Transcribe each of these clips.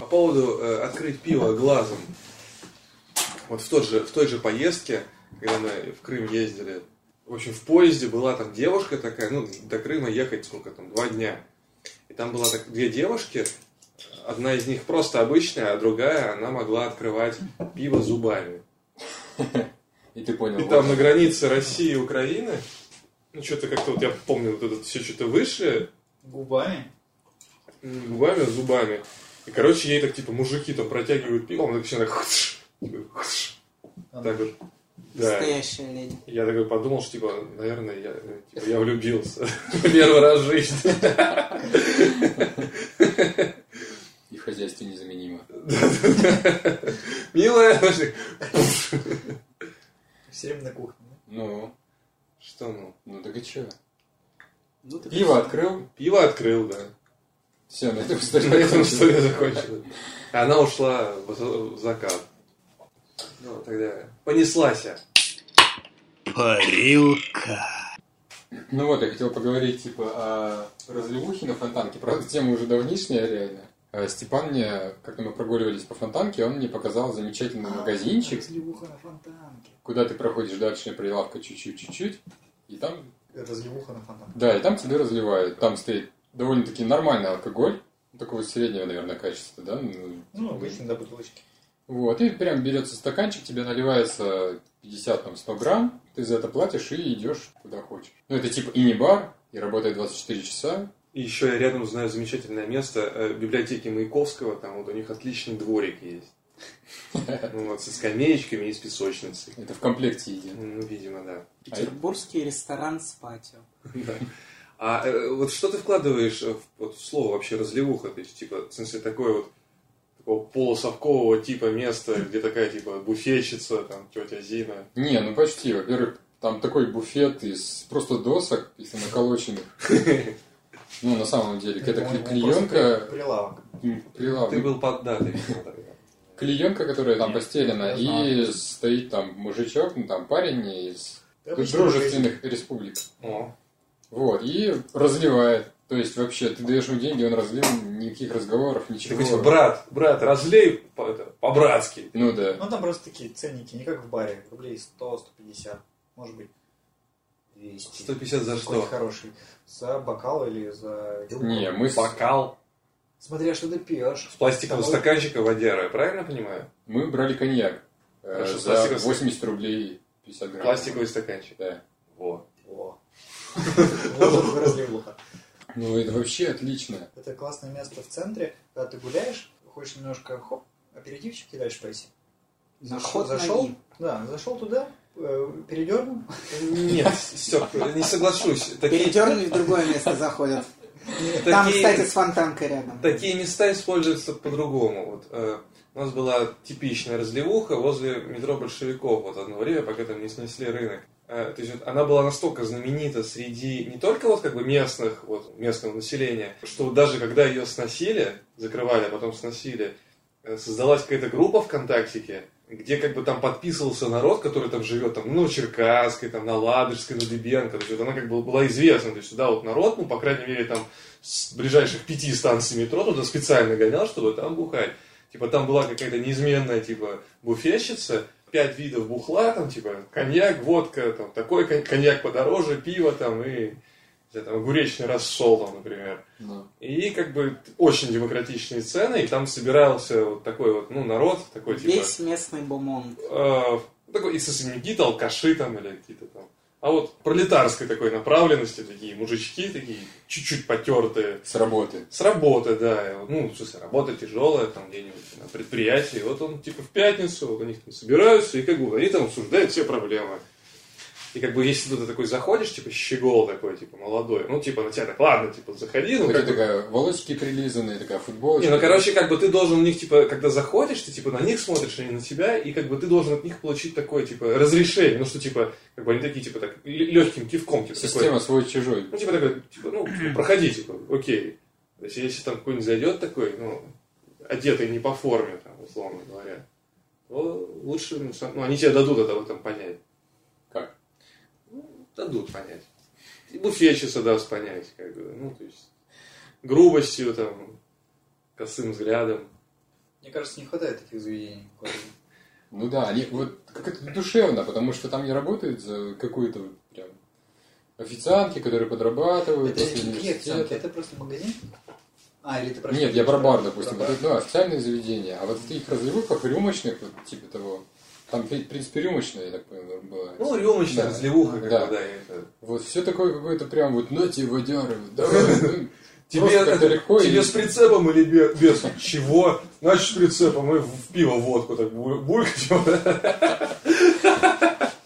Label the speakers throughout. Speaker 1: По поводу э, открыть пиво глазом. Вот в, тот же, в той же поездке, когда мы в Крым ездили, в общем, в поезде была там девушка такая, ну, до Крыма ехать, сколько там, два дня. И там была так, две девушки, одна из них просто обычная, а другая, она могла открывать пиво зубами.
Speaker 2: И ты понял.
Speaker 1: И
Speaker 2: вот.
Speaker 1: там на границе России и Украины, ну, что-то как-то вот я помню, вот это все что-то выше,
Speaker 3: Губами?
Speaker 1: не губами, а зубами. И, короче, ей так, типа, мужики там протягивают пиво, она так все так... хш, хш,
Speaker 3: А ну,
Speaker 1: Так вот. Да.
Speaker 4: Настоящая леди.
Speaker 1: Я такой подумал, что, типа, наверное, я, э, типа, я влюбился. Первый раз в жизни.
Speaker 2: И в хозяйстве незаменимо.
Speaker 1: Милая.
Speaker 3: Все время на кухне. да?
Speaker 2: Ну,
Speaker 1: Что, ну?
Speaker 2: ну так и чё?
Speaker 4: Ну, ты
Speaker 2: Пиво открыл.
Speaker 1: Пиво открыл, да.
Speaker 2: Все, на этом история
Speaker 1: На этом
Speaker 2: закончена.
Speaker 1: история закончилась. И Она ушла в закат. Ну, тогда понеслась я.
Speaker 5: Парилка.
Speaker 2: Ну вот, я хотел поговорить, типа, о разливухе на фонтанке. Правда, тема уже давнишняя, реально. Э, Степан мне, как мы прогуливались по фонтанке, он мне показал замечательный магазинчик,
Speaker 3: Разливуха на фонтанке.
Speaker 2: куда ты проходишь дальше прилавка чуть-чуть-чуть-чуть, и там,
Speaker 3: Разливуха на фонтанке.
Speaker 2: да, и там тебе разливают. Там стоит довольно-таки нормальный алкоголь, такого среднего, наверное, качества, да? ну,
Speaker 3: Ну, обычно, да, бутылочки.
Speaker 2: Вот, и прям берется стаканчик, тебе наливается 50-100 грамм, ты за это платишь и идешь куда хочешь. Ну, это типа и не бар, и работает 24 часа.
Speaker 1: И еще я рядом знаю замечательное место э, библиотеки Маяковского. Там вот у них отличный дворик есть. Ну, вот со скамеечками и с песочницей.
Speaker 2: Это в комплекте идет.
Speaker 1: Ну, видимо, да.
Speaker 4: Петербургский ресторан с патио.
Speaker 1: Да. А э, вот что ты вкладываешь э, в, вот, в слово вообще разливуха? То есть, типа, в смысле, такое вот такого полусовкового типа места, где такая, типа, буфетчица, там, тетя Зина.
Speaker 2: Не, ну почти. Во-первых, там такой буфет из просто досок, если наколоченных. Ну, на самом деле, это
Speaker 3: По-моему,
Speaker 2: кли-
Speaker 3: М-м-м, просто
Speaker 2: клеенка,
Speaker 3: Прилавок.
Speaker 2: м,
Speaker 1: Ты
Speaker 2: прилавок,
Speaker 1: был под... Да, ты видел, да.
Speaker 2: клеенка, которая там
Speaker 3: Нет,
Speaker 2: постелена,
Speaker 3: я
Speaker 2: и
Speaker 3: знаю.
Speaker 2: стоит там мужичок, ну там парень из
Speaker 3: Да, обычно
Speaker 2: дружественных республик.
Speaker 1: О,
Speaker 2: Вот, и разливает. То есть вообще, ты даешь ему деньги, он разлил, никаких разговоров,
Speaker 1: такой, типа,
Speaker 2: ничего.
Speaker 1: брат, брат, разлей по- это, по-братски.
Speaker 2: Ну
Speaker 3: Ну,
Speaker 2: да.
Speaker 3: там просто такие ценники, не как в баре. Рублей 100, 150, может быть, 200.
Speaker 1: 150 за
Speaker 3: Какой
Speaker 1: что?
Speaker 3: хороший. За бокал или за рюмку.
Speaker 2: Не, мы с-
Speaker 1: Бокал
Speaker 3: Смотря, что ты пьешь.
Speaker 1: с пластикового
Speaker 3: Того-
Speaker 1: стаканчика водяры, я правильно понимаю?
Speaker 2: мы брали коньяк э,
Speaker 1: Хорошо,
Speaker 2: за
Speaker 1: пластиковый.
Speaker 2: 80 рублей 50 грамм.
Speaker 1: Пластиковый стаканчик.
Speaker 2: Да.
Speaker 1: Во.
Speaker 3: О. Вот это разливуха.
Speaker 2: Ну это вообще отлично.
Speaker 3: Это классное место в центре, когда ты гуляешь, хочешь немножко хоп, аперитивчик и дальше пойти.
Speaker 4: Заход
Speaker 3: зашел,
Speaker 4: ноги.
Speaker 3: да, зашел туда, э, передернул.
Speaker 1: Нет, все, не соглашусь. Такие,
Speaker 4: Передернули в другое место заходят. Там,
Speaker 1: такие-
Speaker 4: кстати, с фонтанкой рядом.
Speaker 1: Такие места используются по-другому. Вот, э, у нас была типичная разливуха возле метро большевиков вот одно время, пока там не снесли рынок. Э, то есть вот она была настолько знаменита среди не только вот как бы местных, вот, местного населения, что вот даже когда ее сносили, закрывали, а потом сносили, э, создалась какая-то группа ВКонтактике, где как бы там подписывался народ, который там живет, там, ну, на Черкасской, там, на Ладожской, на Дыбенко, то есть вот она как бы была известна, то есть сюда вот народ, ну, по крайней мере, там, с ближайших пяти станций метро туда специально гонял, чтобы там бухать. Типа там была какая-то неизменная, типа, буфетчица, пять видов бухла, там, типа, коньяк, водка, там, такой кон- коньяк подороже, пиво, там, и, не знаю, там, огуречный рассол, там, например.
Speaker 2: Ну,
Speaker 1: И, как бы, очень демократичные цены, и там собирался вот такой вот, ну, народ, такой, типа,
Speaker 4: Весь местный бомон.
Speaker 1: э, такой, и сосуньки, алкаши, там, или какие-то там. А вот пролетарской такой направленности, такие мужички, такие чуть-чуть потертые,
Speaker 2: с работы.
Speaker 1: с работы, да. Ну, в смысле, работа тяжелая, там где-нибудь на предприятии. Вот он, типа, в пятницу, вот они там собираются, и как бы они там обсуждают все проблемы. И как бы если ты такой заходишь, типа, щегол такой, типа, молодой, ну, типа, на тебя так, ладно, типа, заходи, ну,
Speaker 2: Хотя
Speaker 1: как бы,
Speaker 2: такая волосики прилизанные, такая футболочка.
Speaker 1: не, ну короче, как бы ты должен у них, типа, когда заходишь, ты типа на них смотришь, а не на тебя, и как бы ты должен от них получить такое, типа, разрешение. Ну что, типа, как бы они такие, типа, так, легким кивком, типа, такой,
Speaker 2: Система свой-чужой.
Speaker 1: ну, типа такой, типа, ну, типа, проходи, типа, окей. То есть, если там какой-нибудь зайдет такой, ну, одетый не по форме, там, условно говоря, то лучше, ну, сам- ну, они тебе дадут это в этом понять.
Speaker 2: Как?
Speaker 1: Ну, дадут понять. И буфетчица даст понять, как бы, ну, то есть, грубостью, там, косым взглядом.
Speaker 3: Мне кажется, не хватает таких заведений в городе.
Speaker 2: Ну да, они вот как это душевно, потому что там не работают за какую-то вот прям официантки, которые подрабатывают
Speaker 3: Это
Speaker 2: после
Speaker 3: не какие официантки,
Speaker 2: университета.
Speaker 3: это просто магазин? А, или ты про
Speaker 2: Нет,
Speaker 3: что
Speaker 2: я
Speaker 3: говоришь?
Speaker 2: про бар, допустим.
Speaker 3: Про бар.
Speaker 2: Вот это, ну, официальные заведения. А вот в таких разливухах, рюмочных, вот, типа того, там, в принципе, рюмочная, я так понимаю, бывает.
Speaker 1: Ну, рюмочная
Speaker 2: Да.
Speaker 1: разливуха, как
Speaker 2: Да.
Speaker 1: бы, да, и это.
Speaker 2: Вот все такое какое-то прям вот, ну, тебе водяры, вот, давай, ну,
Speaker 1: Тебе,
Speaker 2: просто как-то легко.
Speaker 1: тебе
Speaker 2: и-
Speaker 1: с прицепом или бе- без? Чего? Значит, с прицепом и в в пиво водку так бу- булькать.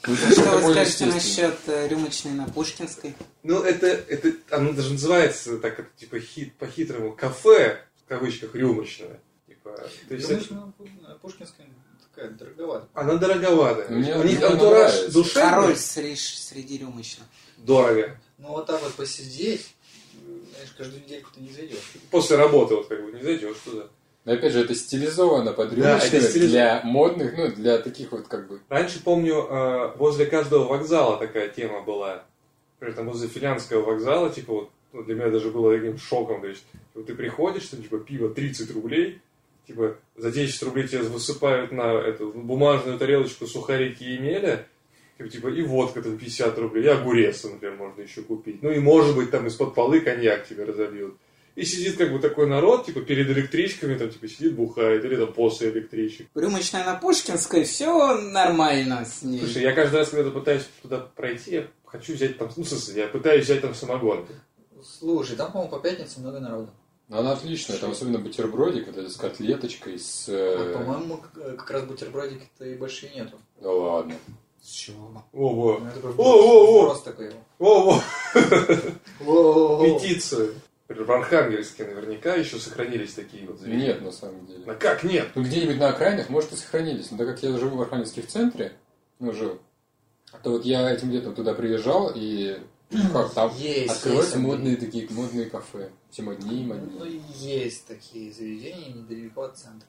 Speaker 2: Ну, это
Speaker 4: Что вы
Speaker 2: более
Speaker 4: скажете
Speaker 2: естественно.
Speaker 4: насчет э, рюмочной на Пушкинской?
Speaker 1: Ну, это, это, оно даже называется так, это, типа, хит, по-хитрому, кафе, в кавычках, рюмочное. Типа, то есть,
Speaker 3: Думаешь, ну, Пушкинская такая дороговатая.
Speaker 1: она дороговатая.
Speaker 2: Мне-
Speaker 1: У них
Speaker 2: мне
Speaker 1: антураж
Speaker 2: нравится.
Speaker 1: душевный.
Speaker 4: Король среж- среди рюмочных.
Speaker 1: Дорого.
Speaker 3: Ну вот так вот посидеть, э, знаешь, каждую недельку ты не зайдешь.
Speaker 1: После работы, вот, как бы, не зайдешь туда.
Speaker 2: Но опять же, это стилизовано под
Speaker 1: Да, это
Speaker 2: рюмочную
Speaker 1: стилизовано.
Speaker 2: для модных, ну, для таких вот как бы...
Speaker 1: Раньше, помню, э, возле каждого вокзала такая тема была. Например, там возле финляндского вокзала, типа, вот, ну, для меня даже было таким шоком. То есть, вот ты приходишь, там, типа, пиво 30 рублей, типа, за 10 рублей тебя высыпают на эту бумажную тарелочку сухарики и меля, типа, типа, и водка там 50 рублей, и огурец, например, можно еще купить. Ну, и, может быть, там из-под полы коньяк тебе разобьют. И сидит как бы такой народ, типа, перед электричками, там, типа, сидит, бухает, или там после электричек.
Speaker 4: Рюмочная на Пушкинской, все нормально с ней.
Speaker 1: Слушай, я каждый раз, когда пытаюсь туда пройти, я хочу взять там, ну, в смысле, я пытаюсь взять там самогонку.
Speaker 3: Слушай, там, по-моему, по пятницам много народу.
Speaker 2: Но ну, она отличная, там особенно бутербродик, вот это с котлеточкой, с...
Speaker 1: А,
Speaker 3: Вот,
Speaker 2: э,
Speaker 3: А, по-моему, к- э, как раз бутербродики-то и больше и нету.
Speaker 2: Да ладно.
Speaker 4: С чего бы?
Speaker 1: Ого,
Speaker 3: Ну, это такой
Speaker 1: О, о, о!
Speaker 3: вброс такой.
Speaker 1: ого,
Speaker 3: Воу.
Speaker 1: петицию. Например, В Архангельске наверняка еще сохранились такие вот заведения.
Speaker 2: Нет, на самом деле.
Speaker 1: А как нет?
Speaker 2: Ну, где-нибудь на окраинах, может, и сохранились. Но так как я живу в Архангельске в центре, ну, жил, то вот я этим летом туда приезжал, и ну, как там
Speaker 3: Есть,
Speaker 2: открываются
Speaker 3: есть,
Speaker 2: модные такие, модные кафе. Все моднее и
Speaker 3: Ну,
Speaker 2: моднее.
Speaker 3: есть такие заведения недалеко от центра.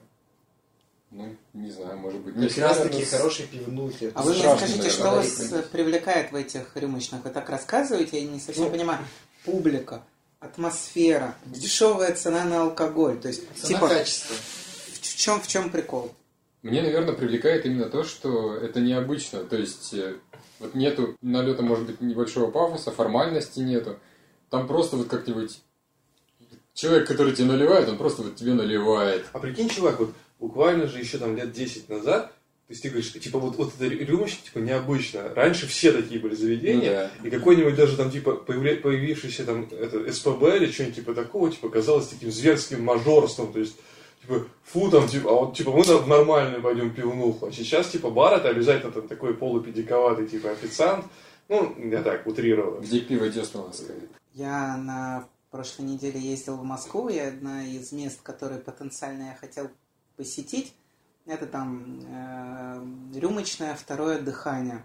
Speaker 2: Ну, не знаю, может быть.
Speaker 3: Как
Speaker 2: Мне
Speaker 3: раз
Speaker 2: всегда
Speaker 3: такие
Speaker 2: с-
Speaker 3: хорошие пивнухи.
Speaker 4: А вы мне
Speaker 2: Страшно,
Speaker 4: скажите,
Speaker 2: наверное,
Speaker 4: что
Speaker 2: да,
Speaker 4: вас э,
Speaker 2: действительно.
Speaker 4: привлекает в этих рюмочных? Вы так рассказываете, я не совсем
Speaker 1: Ну.
Speaker 4: понимаю. Публика, атмосфера, дешевая цена на алкоголь. То есть,
Speaker 3: Цена
Speaker 4: типа,
Speaker 3: качество.
Speaker 4: в чем, в чем прикол?
Speaker 2: Мне, наверное, привлекает именно то, что это необычно. То есть, э, вот нету налета, может быть, небольшого пафоса, формальности нету. Там просто вот как-нибудь человек, который тебе наливает, он просто вот тебе наливает.
Speaker 1: А прикинь, чувак, вот буквально же еще там лет 10 назад, то есть ты говоришь, типа, вот, вот это рюмочка, типа, необычно. Раньше все такие были
Speaker 2: Ну
Speaker 1: заведения,
Speaker 2: да.
Speaker 1: И какой-нибудь даже там, типа, появля- появившийся там это, СПБ или что-нибудь типа такого, типа, казалось таким зверским мажорством, то есть, типа, фу, там, типа, а вот, типа, мы на- в нормальную пойдем пивнуху, а сейчас, типа, бар это обязательно там такой полупедиковатый, типа, официант, ну, я так, утрировал.
Speaker 2: Где пиво десновское.
Speaker 4: Я на прошлой неделе ездил в Москву, и одна из мест, которые потенциально я хотел посетить, это там э, рюмочное второе дыхание.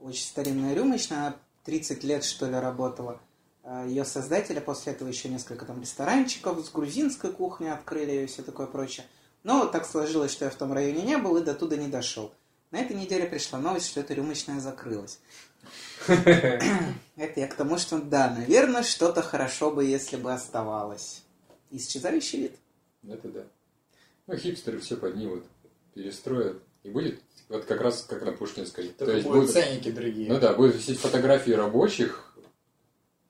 Speaker 4: Очень старинная рюмочная, она 30 лет что ли работала. Ее создатели после этого еще несколько там ресторанчиков с грузинской кухни открыли и все такое прочее. Но так сложилось, что я в том районе не был и до туда не дошел. На этой неделе пришла новость, что эта рюмочная закрылась. Это я к тому, что да, наверное, что-то хорошо бы, если бы оставалось. Исчезающий вид.
Speaker 2: Это да. Ну, хипстеры все поднимут, перестроят. И будет вот как раз как на Пушкинской. То
Speaker 3: Только
Speaker 2: есть
Speaker 3: будут
Speaker 2: будут,
Speaker 3: ценники другие.
Speaker 2: ну да, будут висеть фотографии рабочих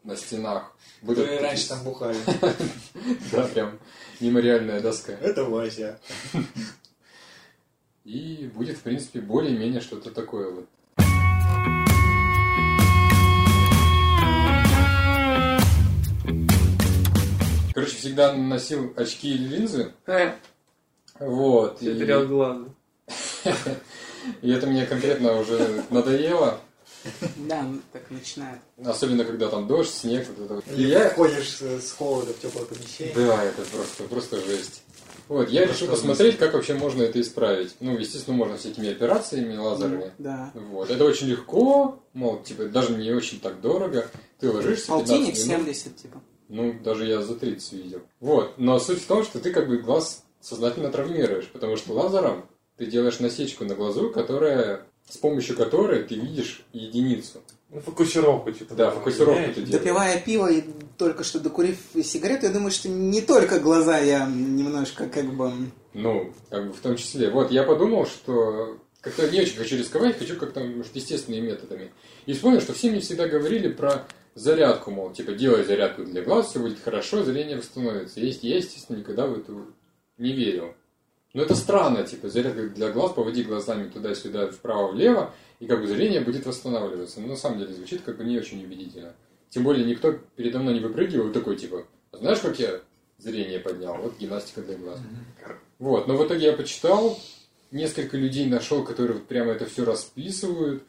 Speaker 2: на стенах. Будут
Speaker 3: Которые
Speaker 2: такие-
Speaker 3: раньше там бухали.
Speaker 2: Да, прям мемориальная доска.
Speaker 3: Это Вася.
Speaker 2: И будет, в принципе, более-менее что-то такое вот. Короче, всегда носил очки или линзы.
Speaker 3: Э.
Speaker 2: Вот. и-
Speaker 1: Потерял глаза.
Speaker 2: И это мне конкретно уже надоело.
Speaker 4: Да, ну, так начинает.
Speaker 2: Особенно, когда там дождь, снег, вот это вот.
Speaker 3: И я ходишь э, с холода в теплое помещение.
Speaker 2: Да, это просто, просто жесть. Вот, я
Speaker 3: Ну
Speaker 2: решил
Speaker 3: что,
Speaker 2: посмотреть, как вообще можно это исправить. Ну, естественно, можно всякими операциями лазерами.
Speaker 4: Да.
Speaker 2: Вот, это очень легко, мол, типа, даже не очень так дорого. Ты ложишься 15
Speaker 4: Полтинник
Speaker 2: минут.
Speaker 4: 70, типа.
Speaker 2: Ну, даже я за 30 видел. Вот. Но суть в том, что ты как бы глаз сознательно травмируешь, потому что лазером ты делаешь насечку на глазу, которая с помощью которой ты видишь единицу.
Speaker 1: Ну, фокусировку, типа.
Speaker 2: Да,
Speaker 1: там,
Speaker 2: фокусировку
Speaker 1: меняешь.
Speaker 2: ты делаешь.
Speaker 4: Допивая пиво и только что докурив сигарету, я думаю, что не только глаза я немножко как бы...
Speaker 2: Ну, как бы в том числе. Вот, я подумал, что как-то не очень хочу рисковать, хочу как-то, может, естественными методами. И вспомнил, что все мне всегда говорили про зарядку, мол, типа, делай зарядку для глаз, все будет хорошо, зрение восстановится. Я, я, естественно, никогда в это не верил. Но это странно, типа, зарядка для глаз, поводи глазами туда-сюда, вправо-влево, и как бы зрение будет восстанавливаться. Но на самом деле звучит как бы не очень убедительно. Тем более никто передо мной не выпрыгивал и такой, типа, знаешь, как я зрение поднял? Вот гимнастика для глаз. Вот, но в итоге я почитал, несколько людей нашел, которые вот прямо это все расписывают,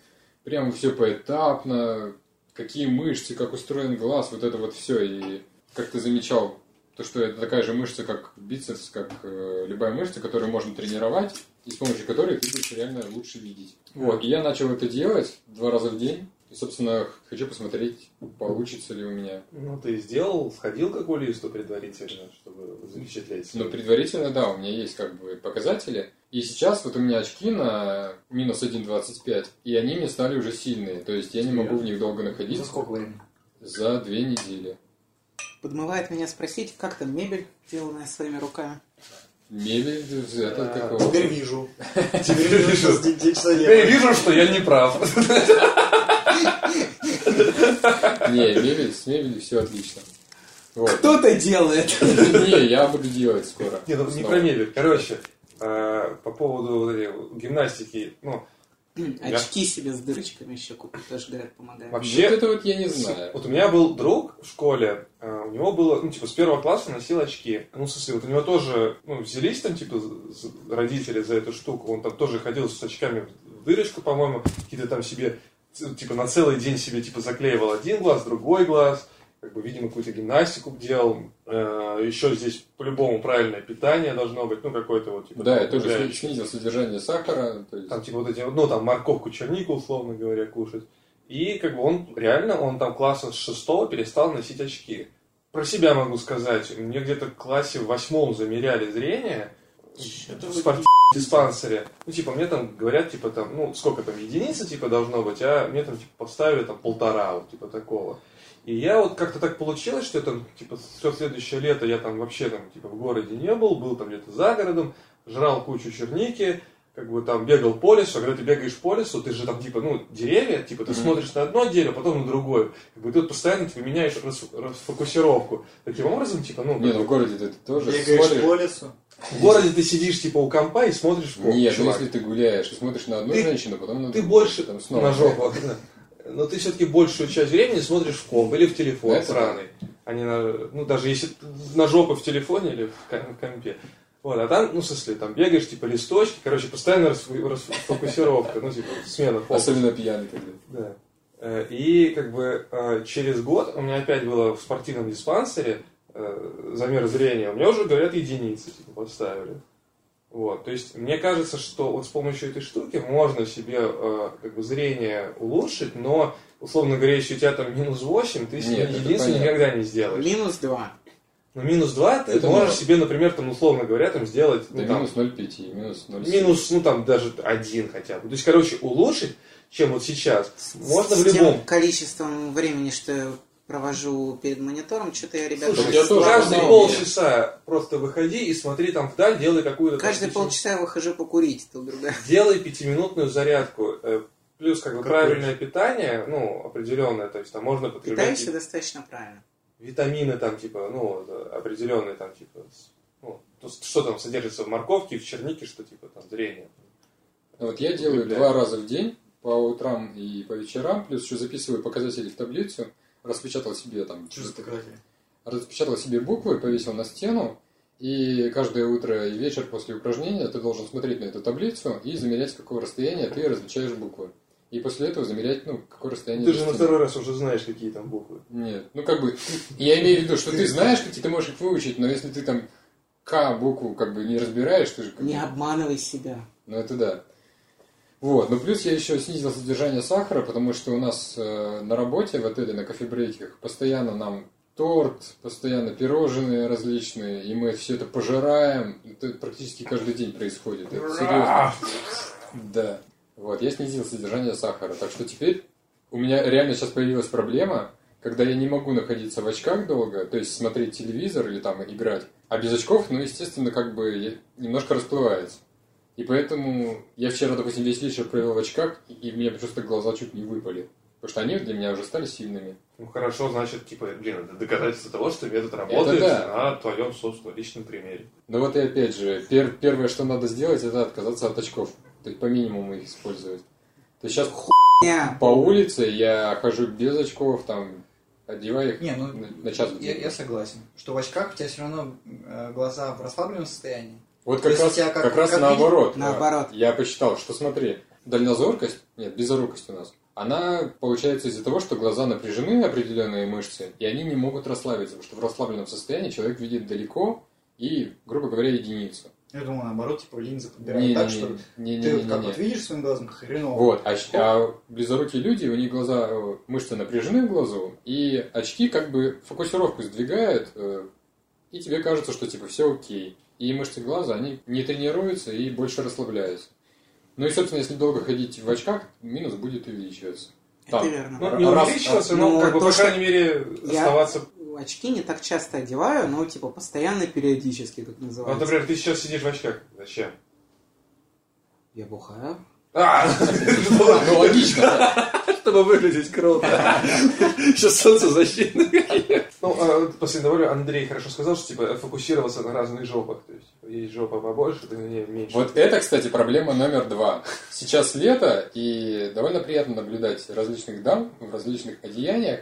Speaker 2: прямо все поэтапно, какие мышцы, как устроен глаз, вот это вот все. И как ты замечал, то, что это такая же мышца, как бицепс, как э, любая мышца, которую можно тренировать, и с помощью которой ты будешь реально лучше видеть. Вот, и я начал это делать два раза в день. И, собственно, хочу посмотреть, получится ли у меня.
Speaker 1: Ну, ты сделал, сходил к окулисту предварительно, чтобы запечатлеть.
Speaker 2: Ну,
Speaker 1: себе.
Speaker 2: предварительно, да, у меня есть как бы показатели. И сейчас вот у меня очки на минус 1,25, и они мне стали уже сильные. То есть я не могу в них долго
Speaker 3: За
Speaker 2: находиться
Speaker 3: Ну, сколько времени?
Speaker 2: за две недели.
Speaker 4: Подмывает меня спросить, как там мебель, сделанная своими руками.
Speaker 2: Мебель взята
Speaker 1: Да.
Speaker 2: какого
Speaker 3: Теперь вижу. Теперь вижу, что здесь здесь что
Speaker 1: Теперь
Speaker 3: делать.
Speaker 1: вижу, что я не прав.
Speaker 2: Не, мебель, с мебелью все отлично. Вот.
Speaker 4: Кто-то делает!
Speaker 2: Не, я буду делать скоро.
Speaker 1: Не, ну, не
Speaker 2: Снова.
Speaker 1: про мебель. Короче, э, по поводу вот этой вот гимнастики, ну,
Speaker 4: Очки себе с дырочками еще купить, тоже, говорят, помогает.
Speaker 2: Вот
Speaker 1: вообще...
Speaker 2: это вот я не знаю.
Speaker 1: Вот у меня был друг в школе, э, у него было, ну, типа, с первого класса носил очки. Ну, в смысле, вот у него тоже, ну, взялись там, типа, з- з- родители за эту штуку. Он там тоже ходил с очками в дырочку, по-моему, какие-то там себе, ц- типа, на целый день себе, типа, заклеивал один глаз, другой глаз. Как бы, видимо, какую-то гимнастику делал. Э, еще здесь, по-любому, правильное питание должно быть, ну, какое-то вот, типа...
Speaker 2: Да, я тоже
Speaker 1: для-
Speaker 2: сни- снизил содержание сахара. То есть...
Speaker 1: там типа вот эти, ну там морковку, чернику, условно говоря, кушать. И как бы он реально, он там класса с шестого перестал носить очки. Про себя могу сказать, мне где-то в классе в восьмом замеряли зрение
Speaker 4: Чё-то
Speaker 1: в
Speaker 4: вы
Speaker 1: спортивном диспансере. Ну, типа, мне там говорят, типа, там, ну, сколько там, единица, типа, должно быть, а мне там, типа, поставили, там, полтора, вот, типа, такого. И я вот как-то так получилось, что я там, типа, все следующее лето я там вообще там, типа, в городе не был, был там где-то за городом, жрал кучу черники, как бы там бегал по лесу, а когда ты бегаешь по лесу, ты же там, типа, ну, деревья, типа, ты
Speaker 2: Мгм.
Speaker 1: смотришь на одно дерево, потом на другое. Как бы ты вот постоянно, типа, меняешь рас- расфокусировку. Таким образом, типа, ну,
Speaker 2: Не,
Speaker 1: как
Speaker 2: ну в городе ты тоже
Speaker 3: Бегаешь
Speaker 2: смотришь.
Speaker 3: по лесу.
Speaker 1: в городе ты сидишь, типа, у компа и смотришь в пол,
Speaker 2: Нет, ну
Speaker 1: чувак.
Speaker 2: если ты гуляешь, ты смотришь на одну
Speaker 1: Ты-
Speaker 2: женщину, потом на
Speaker 1: Ты
Speaker 2: другую,
Speaker 1: больше
Speaker 2: потом
Speaker 1: на жопу. Но ты все-таки большую часть времени смотришь в комп или в телефон
Speaker 2: Это
Speaker 1: сраный. А не на... Ну, даже если ты на жопу в телефоне или в ком- в компе. Вот, а там, ну, в смысле, там бегаешь, типа, листочки, короче, постоянно расфу- расфокусировка, ну, типа, смена фокуса.
Speaker 2: Особенно пьяный когда.
Speaker 1: Да. Э, И как бы э, через год у меня опять было в спортивном диспансере э, замер зрения. У меня уже говорят единицы типа, поставили. Вот, то есть мне кажется, что вот с помощью этой штуки можно себе э, как бы зрение улучшить, но условно говоря, если у тебя там минус 8, ты себе
Speaker 2: Нет, это
Speaker 1: единицу
Speaker 2: понятно.
Speaker 1: никогда не сделаешь.
Speaker 4: Минус два.
Speaker 1: Но минус 2 ты
Speaker 2: Это
Speaker 1: можешь
Speaker 2: мало.
Speaker 1: себе, например, там условно говоря, там сделать ну,
Speaker 2: Да
Speaker 1: там,
Speaker 2: минус 0,5, минус 0,7.
Speaker 1: минус, ну там даже один хотя бы. То есть, короче, улучшить, чем вот сейчас, можно
Speaker 4: С
Speaker 1: в
Speaker 4: тем
Speaker 1: любом
Speaker 4: количеством времени, что я провожу перед монитором, что-то я, ребята...
Speaker 1: Слушай,
Speaker 2: Вот я тоже
Speaker 1: каждые
Speaker 2: знал,
Speaker 1: полчаса просто выходи и смотри там вдаль, делай какую-то... там
Speaker 4: Каждые
Speaker 1: пяти-
Speaker 4: полчаса я выхожу покурить, тут другая.
Speaker 1: Делай пятиминутную зарядку. э, Плюс как бы
Speaker 3: Какую?
Speaker 1: правильное питание, ну, определенное, то есть там можно потреблять
Speaker 4: Питаюсь я достаточно правильно.
Speaker 1: витамины там, типа, ну, вот, э, определенные там, типа, с- ну, то есть что там содержится в морковке, в чернике, что типа там зрение.
Speaker 2: А Вот я делаю
Speaker 1: Да.
Speaker 2: два раза в день, по утрам и по вечерам, плюс еще записываю показатели в таблицу, распечатал себе там,
Speaker 3: Что за показатели?
Speaker 2: распечатал себе буквы, повесил на стену, и каждое утро и вечер после упражнения ты должен смотреть на эту таблицу и замерять, с какого расстояния ты различаешь буквы. И после этого замерять, ну, какое расстояние...
Speaker 1: Ты
Speaker 2: до
Speaker 1: же на
Speaker 2: стены.
Speaker 1: второй раз уже знаешь, какие там буквы.
Speaker 2: Нет, ну как бы, я имею в виду, что ты знаешь, какие ты можешь их выучить, но если ты там К букву как бы не разбираешь, ты же как
Speaker 4: Не
Speaker 2: бы-
Speaker 4: обманывай себя.
Speaker 2: Ну это да. Вот, ну плюс я еще снизил содержание сахара, потому что у нас э, на работе в отеле, на кофебрейках, постоянно нам торт, постоянно пирожные различные, и мы все это пожираем. Это практически каждый день происходит. Это серьезно. Да. Вот, я снизил содержание сахара. Так что теперь у меня реально сейчас появилась проблема, когда я не могу находиться в очках долго, то есть смотреть телевизор или там играть. А без очков, ну, естественно, как бы я- немножко расплывается. И поэтому я вчера, допустим, весь вечер провел в очках, и- и у меня просто глаза чуть не выпали. Потому что они для меня уже стали сильными.
Speaker 1: Ну хорошо, значит, типа, блин, это доказательство того, что метод работает
Speaker 2: да.
Speaker 1: на твоем собственном личном примере.
Speaker 2: Но вот и опять же, пер- первое, что надо сделать, это отказаться от очков. То есть по минимуму их использовать. То есть сейчас
Speaker 4: Я-
Speaker 2: по улице я хожу без очков, там, одеваю их
Speaker 3: Не, ну,
Speaker 2: на, на час.
Speaker 3: я, я согласен, что в очках у тебя все равно э, глаза в расслабленном состоянии.
Speaker 2: Вот
Speaker 3: То
Speaker 2: как
Speaker 3: есть
Speaker 2: раз,
Speaker 3: у тебя как-
Speaker 2: как раз
Speaker 3: как
Speaker 2: наоборот.
Speaker 4: видно? Наоборот.
Speaker 2: Я посчитал, что смотри, дальнозоркость, нет, безорукость у нас, она получается из-за того, что глаза напряжены определенные мышцы, и они не могут расслабиться, потому что в расслабленном состоянии человек видит далеко и, грубо говоря, единицу.
Speaker 3: Я думал, наоборот, типа линзы подбирают
Speaker 2: Не,
Speaker 3: так,
Speaker 2: не,
Speaker 3: что
Speaker 2: не, не,
Speaker 3: ты
Speaker 2: не,
Speaker 3: вот
Speaker 2: не,
Speaker 3: как
Speaker 2: не.
Speaker 3: вот видишь своим глазом хреново.
Speaker 2: Вот, а, щ- а близорукие люди, у них глаза, э, мышцы напряжены к глазу, и очки как бы фокусировку сдвигают, э, и тебе кажется, что типа все окей. И мышцы глаза, они не тренируются и больше расслабляются. Ну и, собственно, если долго ходить в очках, минус будет увеличиваться.
Speaker 4: Это
Speaker 2: Там.
Speaker 4: верно.
Speaker 1: Ну,
Speaker 2: А
Speaker 1: не
Speaker 2: раз-
Speaker 1: увеличиваться, но,
Speaker 4: ну,
Speaker 1: как бы,
Speaker 4: то,
Speaker 1: по
Speaker 4: что-
Speaker 1: крайней мере,
Speaker 4: Я-
Speaker 1: оставаться...
Speaker 4: Очки не так часто одеваю, но типа постоянно, периодически, как
Speaker 1: Вот,
Speaker 4: называется.
Speaker 1: Ну, например, ты сейчас сидишь в очках. Зачем?
Speaker 4: Я бухаю.
Speaker 1: А!
Speaker 2: Ну, логично.
Speaker 1: Чтобы выглядеть круто. Сейчас солнцезащитные Ну, а, вот после довольно Андрей хорошо сказал, что типа фокусироваться на разных жопах. То есть есть жопа побольше, ты на ней меньше.
Speaker 2: Вот это, кстати, проблема номер два. Сейчас лето, и довольно приятно наблюдать различных дам в различных одеяниях.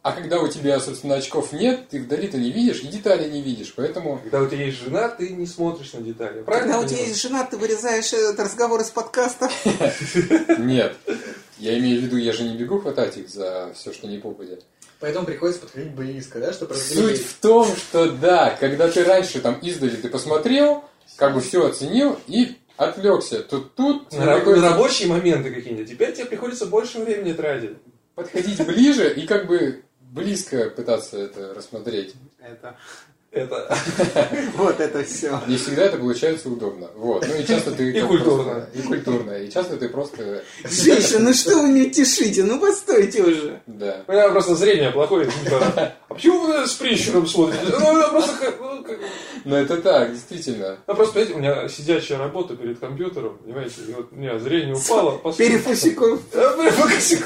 Speaker 2: А когда у тебя, собственно, очков нет, ты вдали-то не видишь, и деталей не видишь. Поэтому
Speaker 1: Когда у тебя есть жена, ты не смотришь на детали. Правильно?
Speaker 4: Когда у
Speaker 1: я
Speaker 4: тебя
Speaker 1: понимаю?
Speaker 4: есть жена, ты вырезаешь этот разговор из подкаста.
Speaker 2: Нет. Я имею в виду, я же не бегу хватать их за все, что не попадет.
Speaker 3: Поэтому приходится подходить близко, да, чтобы
Speaker 2: Суть
Speaker 3: разглядеть.
Speaker 2: в том, что да, когда ты раньше там издали, ты посмотрел, как бы все оценил и отвлекся, то тут
Speaker 1: На, раб- на рабочие моменты какие-нибудь. Теперь тебе приходится больше времени тратить.
Speaker 2: подходить ближе и как бы близко пытаться это рассмотреть.
Speaker 4: Это.
Speaker 1: Это
Speaker 4: Вот это все.
Speaker 2: Не всегда это получается удобно. Вот. Ну и часто ты...
Speaker 1: И
Speaker 2: как
Speaker 1: культурно.
Speaker 2: просто- И культурно. И часто ты просто...
Speaker 4: Женщина, ну что вы меня тешите? Ну постойте уже.
Speaker 2: Да.
Speaker 1: У меня просто зрение плохое. типа, А почему вы с прищуром смотрите? Ну, я просто... ха- ну, как-
Speaker 2: Но это так, действительно.
Speaker 1: Ну, просто, понимаете, у меня сидячая работа перед компьютером, понимаете, и вот у меня зрение упало. пос-
Speaker 4: Перефусиков.
Speaker 1: Я перефокусил.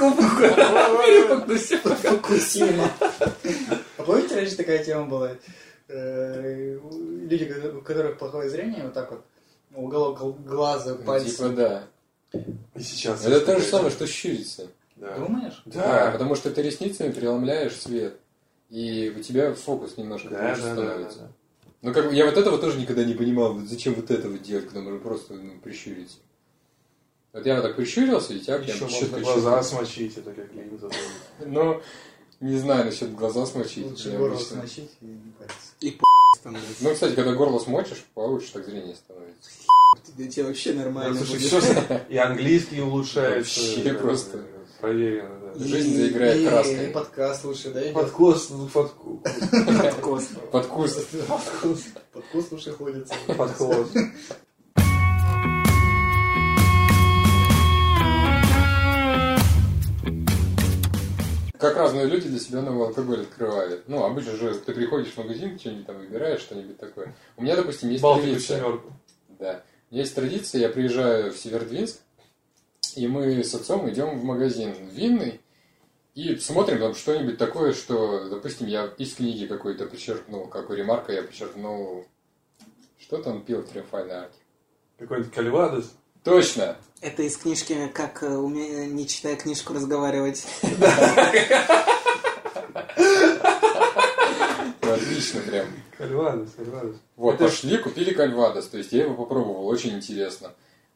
Speaker 1: Перефокусил.
Speaker 3: Фокусима. А помните, раньше такая тема была? Э, Люди, у которых плохое зрение, вот так вот, уголок гл- глаза,
Speaker 2: Ну,
Speaker 3: пальцы.
Speaker 2: Типа да.
Speaker 1: И сейчас.
Speaker 2: Это то же самое, что щуриться.
Speaker 1: Да.
Speaker 3: Думаешь?
Speaker 2: Да,
Speaker 1: Да.
Speaker 2: А, потому что ты ресницами преломляешь свет, и у тебя фокус немножко
Speaker 1: Да,
Speaker 2: больше
Speaker 1: да, да,
Speaker 2: становится.
Speaker 1: да.
Speaker 2: Ну, как бы я вот этого тоже никогда не понимал, вот зачем вот этого делать, когда можно просто ну, прищуриться. Вот я вот так прищурился, и тебя прям
Speaker 1: Еще
Speaker 2: чётко-
Speaker 1: можно глаза
Speaker 2: чётко.
Speaker 1: смочить, это как линза.
Speaker 2: Ну, не знаю насчет глаза смочить.
Speaker 3: Лучше
Speaker 2: я
Speaker 3: горло
Speaker 2: обычно-
Speaker 3: смочить и не париться.
Speaker 4: становится.
Speaker 2: Ну, кстати, когда горло смочишь, получше так зрение становится.
Speaker 4: Тебе тебе вообще нормально
Speaker 1: Слушай,
Speaker 4: будет.
Speaker 1: всё с- и английский улучшается.
Speaker 2: Вообще просто.
Speaker 1: Проверено, да.
Speaker 4: И-
Speaker 2: Жизнь заиграет
Speaker 3: И-
Speaker 2: краской.
Speaker 3: И подкаст лучше, да? идёт?
Speaker 1: Подкос, ну, подку-
Speaker 4: Подкос.
Speaker 2: Под курс.
Speaker 3: Подкос. Подкос лучше ходится.
Speaker 1: подход.
Speaker 2: Как разные люди для себя новый алкоголь открывают. Ну, обычно же ты приходишь в магазин, что-нибудь там выбираешь, что-нибудь такое. У меня, допустим, есть
Speaker 1: Балтику
Speaker 2: традиция.
Speaker 1: семерку.
Speaker 2: Да. Есть традиция, я приезжаю в Северодвинск, и мы с отцом идем в магазин винный, и смотрим там что-нибудь такое, что, допустим, я из книги какой-то подчеркнул, какую ремарка я подчеркнул. Что там пил в Триумфальной арке?
Speaker 1: Какой-нибудь Кальвадос.
Speaker 2: Точно!
Speaker 4: Это из книжки «Как э, уме- не читая книжку разговаривать».
Speaker 2: Ну, Отлично прям.
Speaker 1: Кальвадос, Кальвадос.
Speaker 2: Вот,
Speaker 1: Это ж-
Speaker 2: пошли, купили кальвадос, то есть я его попробовал, очень интересно.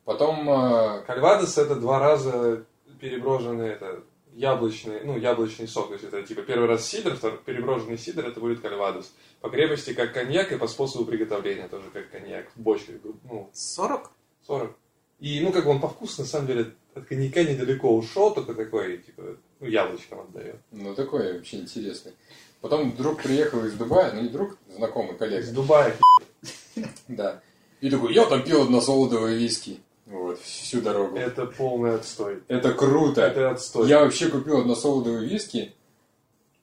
Speaker 2: Потом э,
Speaker 1: Кальвадос это два раза переброженный это яблочный, ну, яблочный сок. То есть это типа первый раз сидр, второй переброженный сидр, это будет кальвадос. По крепости как коньяк и по способу приготовления тоже как коньяк. В бочках, ну,
Speaker 4: 40?
Speaker 1: 40. И, ну, как бы он по вкусу, на самом деле, от коньяка недалеко ушел, только такой, типа, ну, яблочком отдает.
Speaker 2: ну такой вообще интересный. Потом друг приехал из Дубая, ну не друг, знакомый коллега.
Speaker 1: Из Дубая.
Speaker 2: Да. И такой, я там пил односолодовое виски. Вот. вот всю дорогу. Это,
Speaker 1: Это полный отстой.
Speaker 2: круто.
Speaker 1: Это отстой.
Speaker 2: Я вообще купил односолодовые виски.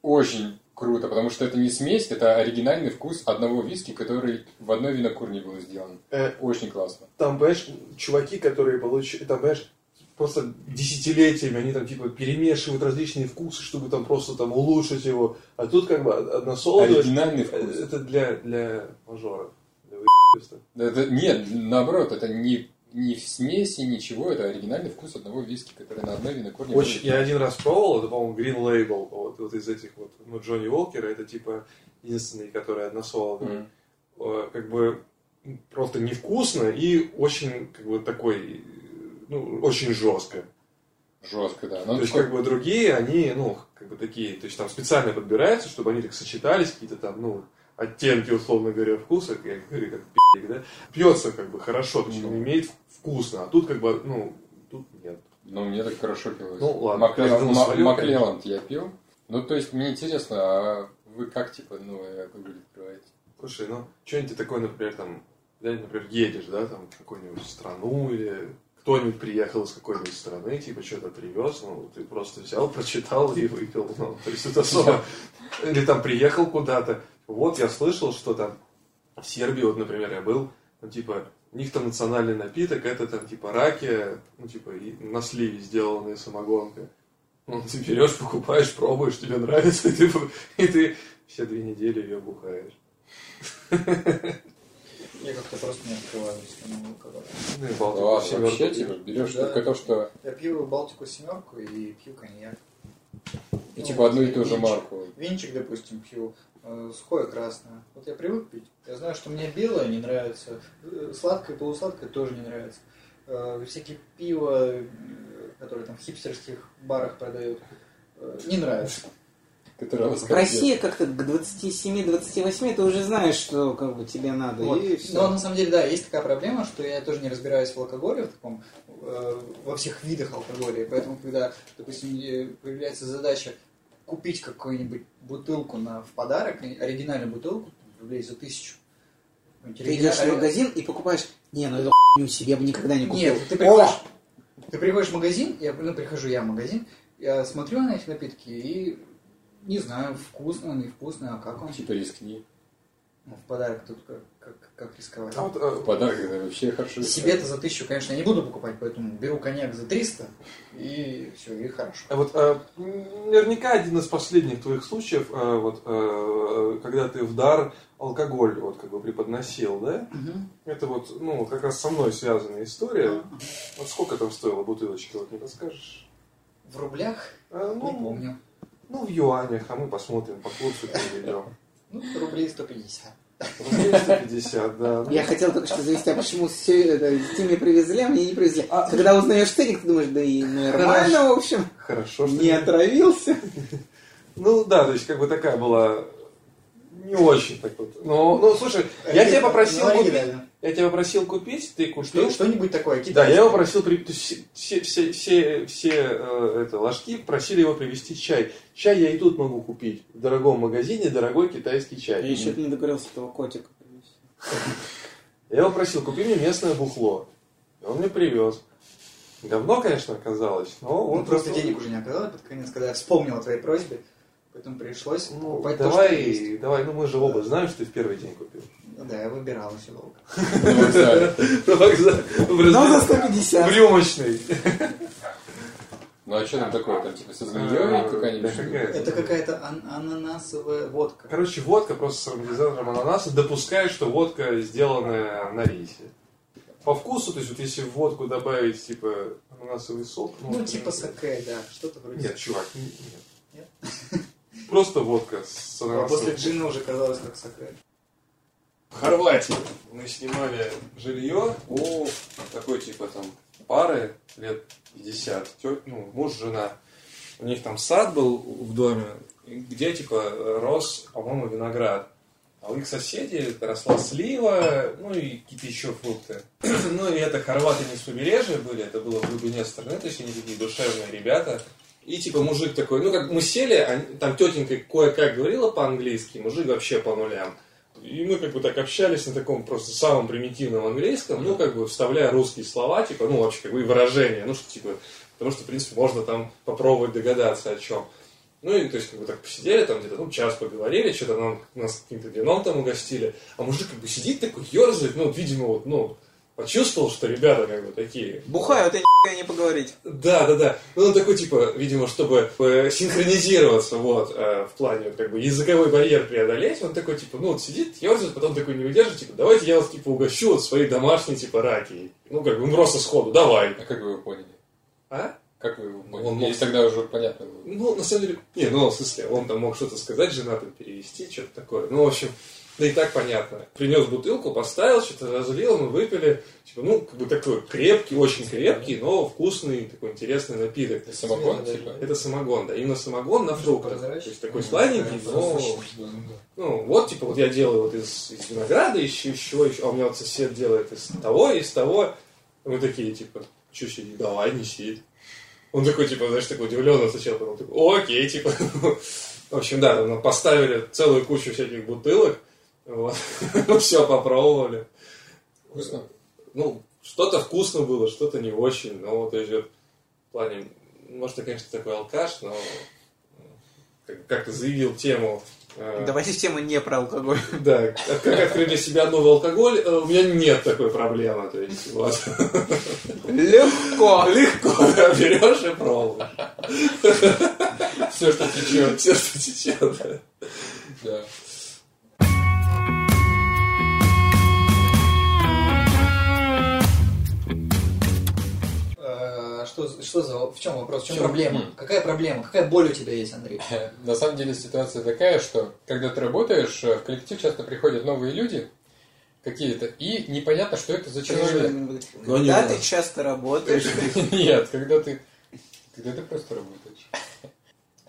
Speaker 2: Очень круто, потому что это не смесь, это оригинальный вкус одного виски, который в одной винокурне был сделан.
Speaker 1: Э,
Speaker 2: Очень классно.
Speaker 1: там, понимаешь, чуваки, которые получили, там, понимаешь, просто десятилетиями они там, типа, перемешивают различные вкусы, чтобы там просто там улучшить его. А тут, как бы,
Speaker 2: А
Speaker 1: односолодовое,
Speaker 2: Оригинальный
Speaker 1: э,
Speaker 2: вкус.
Speaker 1: это для, для мажора, для выебиста.
Speaker 2: Это- нет, наоборот, это не, не в смеси, ничего, это оригинальный вкус одного виски, который на одной винокурне
Speaker 1: Очень,
Speaker 2: был.
Speaker 1: я один раз пробовал, это, по-моему, Green Label, вот, вот из этих вот, ну, Джонни Уолкера, это, типа, единственный, который односолодовый.
Speaker 2: Мгм.
Speaker 1: э, как бы просто невкусно и очень как бы такой э, ну, очень жестко.
Speaker 2: Жестко, да. Но
Speaker 1: То есть,
Speaker 2: такой-
Speaker 1: как бы другие, они, ну, как бы такие, то есть там специально подбираются, чтобы они так сочетались, какие-то там, ну, оттенки, условно говоря, вкуса, я говорю, как пи***ик, да, пьется как бы хорошо, то есть он
Speaker 2: Ну.
Speaker 1: имеет вкусно, а тут как бы, ну, тут нет.
Speaker 2: Ну, мне так хорошо пилось.
Speaker 1: Ну, ладно,
Speaker 2: Макле-
Speaker 1: каждому
Speaker 2: Ма-
Speaker 1: свое,
Speaker 2: Маклелланд я пил. Ну, то есть, мне интересно, а вы как, типа, ну, алкоголь открываете?
Speaker 1: Слушай, ну, что-нибудь такое, например, там, да, например, едешь, да, там, в какую-нибудь страну или кто-нибудь приехал из какой-нибудь страны, типа, что-то привез, ну, ты просто взял, прочитал и выпил, ну, то есть это особо... Или там приехал куда-то, вот, я слышал, что там в Сербии, вот, например, я был, ну, типа, у них там национальный напиток, это там, типа, раки, ну, типа, и на сливе сделанная самогонка. Ну, ты берешь, покупаешь, пробуешь, тебе нравится, и ты, и ты все две недели ее бухаешь.
Speaker 3: Я как-то просто не открываюсь на новую алкоголь.
Speaker 1: Ну и
Speaker 2: Да
Speaker 1: Балтику
Speaker 2: ладно,
Speaker 1: семерку.
Speaker 2: вообще, типа, берешь
Speaker 3: Да.
Speaker 2: только то, что,
Speaker 3: Я пью Балтику семерку и пью коньяк.
Speaker 2: и,
Speaker 3: Ну,
Speaker 2: типа, одну и ту же
Speaker 3: винчик.
Speaker 2: марку.
Speaker 3: Винчик, допустим, пью, э, сухое красное. Вот я привык пить. Я знаю, что мне белое не нравится, э, сладкое, полусладкое тоже не нравится. Э, Всякие пиво, э, которые там в хипстерских барах продают, э, не нравится.
Speaker 2: Которая вас
Speaker 4: В России как-то к 27-28 ты уже знаешь, что как бы тебе надо.
Speaker 3: Вот.
Speaker 4: И всё.
Speaker 3: Но на самом деле, да, есть такая проблема, что я тоже не разбираюсь в алкоголе, в таком, э, во всех видах алкоголя. И поэтому, когда, допустим, э, появляется задача купить какую-нибудь бутылку на, в подарок, оригинальную бутылку, рублей за тысячу.
Speaker 4: Ты идешь в магазин и покупаешь. Не, ну эту хуйню себе бы никогда не купил.
Speaker 3: Нет, ты
Speaker 4: О!
Speaker 3: приходишь, ты приходишь в магазин, я, ну, прихожу я в магазин, я смотрю на эти напитки и не знаю, вкусно он, невкусно, а как он.
Speaker 2: Типа, рискни.
Speaker 3: Ну, в подарок тут как, как, как рисковать.
Speaker 1: А вот, э,
Speaker 2: В подарок это вообще хорошо.
Speaker 3: Себе-то за тысячу, конечно, я не буду покупать, поэтому беру коньяк за 300 и все, и хорошо.
Speaker 1: а вот, э, м, наверняка один из последних твоих случаев, э, вот, э, когда ты в дар алкоголь вот как бы преподносил, да? Это вот, ну, как раз со мной связанная история. Вот сколько там стоила бутылочка, вот не расскажешь?
Speaker 3: В рублях?
Speaker 1: Э,
Speaker 3: Не помню.
Speaker 1: ну, в юанях, а мы посмотрим, по курсу переведем.
Speaker 3: Ну, рублей 150.
Speaker 1: Рублей 150, да. ну,
Speaker 4: Я хотел только что завести, а почему все это Тиме привезли, а мне не привезли.
Speaker 1: А-
Speaker 4: Когда узнаешь ценник, ты думаешь, да и нормально, в общем,
Speaker 1: Хорошо, что
Speaker 4: не отравился.
Speaker 1: Ну да, то есть как бы такая была не очень так вот. Но, ну слушай, я тебя попросил
Speaker 3: Ну,
Speaker 1: купить.
Speaker 3: оригинально.
Speaker 1: Я тебя попросил купить, ты купил.
Speaker 3: Ну, Что- Что-нибудь такое,
Speaker 1: Да, я
Speaker 3: китайское.
Speaker 1: его просил, при- то есть все, все, все, все э, это, ложки просили его привезти чай. Чай я и тут могу купить. В дорогом магазине дорогой китайский
Speaker 4: Я
Speaker 1: чай.
Speaker 4: еще не договорился этого котика.
Speaker 1: Я его просил, купи мне местное бухло. И он мне привез. Говно, конечно, оказалось, но он
Speaker 3: Он Ну, просто денег уже не оказал под конец, когда я вспомнил о твоей просьбе. Поэтому пришлось
Speaker 1: Ну,
Speaker 3: покупать то, что есть.
Speaker 1: давай, давай, ну мы же оба знаем, что ты в первый день купил.
Speaker 3: Ну Да, я выбирал все долго.
Speaker 2: На вокзале.
Speaker 3: Ну,
Speaker 1: На вокзале. В
Speaker 4: Но за
Speaker 1: разделе.
Speaker 4: 150.
Speaker 1: В рюмочной.
Speaker 2: Ну, а что там такое? Там, типа, со змеей
Speaker 1: Да
Speaker 2: какая-нибудь? что ли?
Speaker 1: какая?
Speaker 3: Это какая-то ан- ананасовая водка.
Speaker 1: Короче, водка просто с ароматизатором ананаса допускает, что водка сделанная на рисе. По вкусу, то есть вот если в водку добавить, типа, ананасовый сок...
Speaker 3: Ну, типа
Speaker 1: сок.
Speaker 3: саке, да, что-то вроде.
Speaker 1: Нет, чувак, н- нет. Просто водка с
Speaker 3: А после
Speaker 1: ананасовым соком.
Speaker 3: джина уже казалось как саке.
Speaker 5: В Хорватии мы снимали жилье у такой типа там пары лет 50, тё- ну, муж, жена. У них там сад был в доме, где типа рос, по-моему, виноград. А у их соседей росла слива, ну и какие-то еще фрукты. ну и это хорваты не с побережья были, это было в глубине страны, то есть они такие душевные ребята. И типа мужик
Speaker 1: а
Speaker 5: такой, ну как мы сели, они- там тетенька кое-как говорила по-английски, мужик вообще по нулям.
Speaker 1: И мы как бы так общались на таком просто самом примитивном английском, ну, как бы вставляя русские слова, типа, ну, вообще, как бы и выражения, ну, что, типа, потому что, в принципе, можно там попробовать догадаться о чем. Ну, и, то есть, как бы так посидели там где-то, ну, час поговорили, что-то нам, нас каким-то вином там угостили, а мужик как бы сидит такой, ерзает, ну, вот, видимо, вот, ну, почувствовал, что ребята как бы такие.
Speaker 4: Бухают и нихуя не поговорить.
Speaker 1: Да, да, да. Ну, он такой, типа, видимо, чтобы э, синхронизироваться, вот, э, в плане, вот, как бы, языковой барьер преодолеть, он такой, типа, ну, вот сидит, ерзает, потом такой не выдержит, типа, давайте я вас, типа, угощу вот своей домашней, типа, раки. Ну, как бы, ну, просто сходу, давай.
Speaker 2: А как вы его поняли?
Speaker 1: А?
Speaker 2: Как вы его поняли?
Speaker 1: Он мог-
Speaker 2: Или тогда уже понятно было?
Speaker 1: Ну, на самом деле, не, ну, в смысле, он там мог что-то сказать, жена там перевести, что-то такое. Ну, в общем, да и так понятно. Принес бутылку, поставил, что-то разлил, мы выпили. Типа, ну, как бы такой крепкий, очень крепкий, но вкусный, такой интересный напиток.
Speaker 2: Это самогон,
Speaker 3: Смело
Speaker 2: типа?
Speaker 1: Это самогон, да, именно самогон на фруктах. То есть такой сладенький, но... Ну, вот, типа, вот я делаю вот из, из винограда, еще, из чего еще, а у меня вот сосед делает из того, из того. Мы такие, типа, что сидит? Давай, неси. Он такой, типа, знаешь, такой удивленный сначала, потом такой, «О, окей, типа. В общем, да, там нам поставили целую кучу всяких бутылок, вот, все попробовали.
Speaker 2: Вкусно?
Speaker 1: Ну, что-то вкусно было, что-то не очень, но, то есть, вот, в плане, может, я, конечно, такой алкаш, но э, как- как-то заявил тему э,
Speaker 4: Давайте в тему не про алкоголь.
Speaker 1: да, как как открыть для себя новый алкоголь, э, у меня нет такой проблемы. То есть, вот.
Speaker 4: Легко.
Speaker 1: Легко да, берешь и пробуешь.
Speaker 2: Все, что течет.
Speaker 1: Все, что течет. да.
Speaker 2: Да.
Speaker 3: А, Что, за- что за, в чем вопрос, в чем
Speaker 1: Чё?
Speaker 3: проблема? Какая проблема, какая боль у тебя есть, Андрей?
Speaker 2: На самом деле ситуация такая, что когда ты работаешь, э, в коллектив часто приходят новые люди какие-то, и непонятно, что это за человек.
Speaker 1: Но не
Speaker 4: Когда
Speaker 1: у
Speaker 4: ты
Speaker 1: нас.
Speaker 4: часто работаешь,
Speaker 2: Нет, когда ты, когда ты просто работаешь.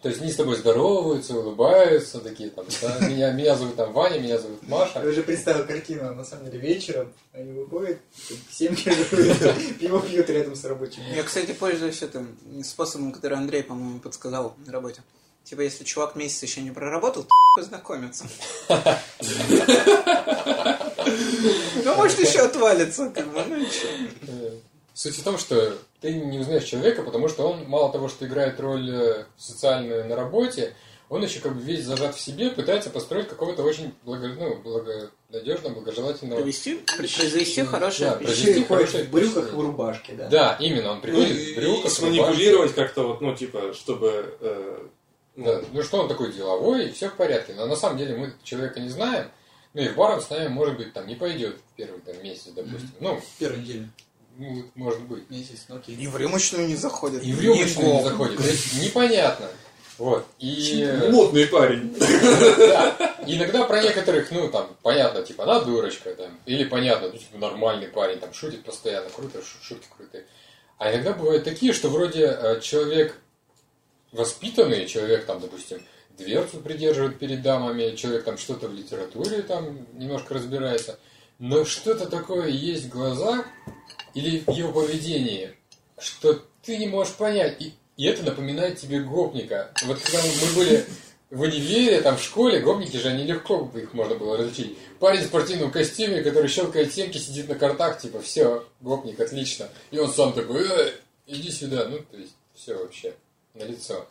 Speaker 2: То есть они с тобой здороваются, улыбаются, такие там, да, меня, меня зовут там Ваня, меня зовут Маша.
Speaker 3: Я уже представил картину, на самом деле, вечером они выходят, семьи живут, пиво пьют рядом с рабочими.
Speaker 4: Я, кстати, пользуюсь этим способом, который Андрей, по-моему, подсказал на работе. Типа, если чувак месяц еще не проработал, то познакомиться. Ну, может, еще отвалится, как бы, ну и чё.
Speaker 2: Э, Суть в том, что ты не узнаешь человека, потому что он мало того, что играет роль э, социальную на работе, он еще как бы весь зажат в себе, пытается построить какого-то очень благо, ну, благонадежного, благожелательного.
Speaker 4: Провести, произвести
Speaker 2: Да,
Speaker 4: хорошее
Speaker 2: произвести
Speaker 3: Еще и ходят
Speaker 2: хорошее
Speaker 3: в брюках и в
Speaker 2: впечатление.
Speaker 3: рубашке, да.
Speaker 2: Да, именно, он
Speaker 1: Ну,
Speaker 2: приходит
Speaker 1: и-
Speaker 2: в брюках,
Speaker 1: и
Speaker 2: в
Speaker 1: сманипулировать как-то вот, ну, типа, чтобы... э, ну,
Speaker 2: Да, ну что он такой деловой, и все в порядке. Но на самом деле мы человека не знаем, ну и в бар он с нами, может быть, там не пойдет в первый там, месяц, допустим. Ну,
Speaker 3: Первую неделю,
Speaker 2: ну, может быть.
Speaker 3: месяц, ну окей.
Speaker 4: И в рюмочную не заходит.
Speaker 2: И в рюмочную не
Speaker 4: Никого.
Speaker 2: заходит. То есть непонятно. Вот. И,
Speaker 1: Мутный парень.
Speaker 2: да, иногда про некоторых, ну, там, понятно, типа, она дурочка, там, или понятно, ну, типа, нормальный парень, там, шутит постоянно, круто, шу- шутки крутые. А иногда бывают такие, что вроде э, человек воспитанный, человек, там, допустим, дверцу придерживает перед дамами, человек там что-то в литературе там немножко разбирается, но что-то такое есть в глазах или в его поведении, что ты не можешь понять. И, и это напоминает тебе гопника. Вот когда мы были в универе, там в школе, гопники же, они легко их можно было различить. Парень в спортивном костюме, который щелкает семки, сидит на картах, типа, все, гопник, отлично. И он сам такой, «Э, иди сюда, ну, то есть, все вообще, на лицо.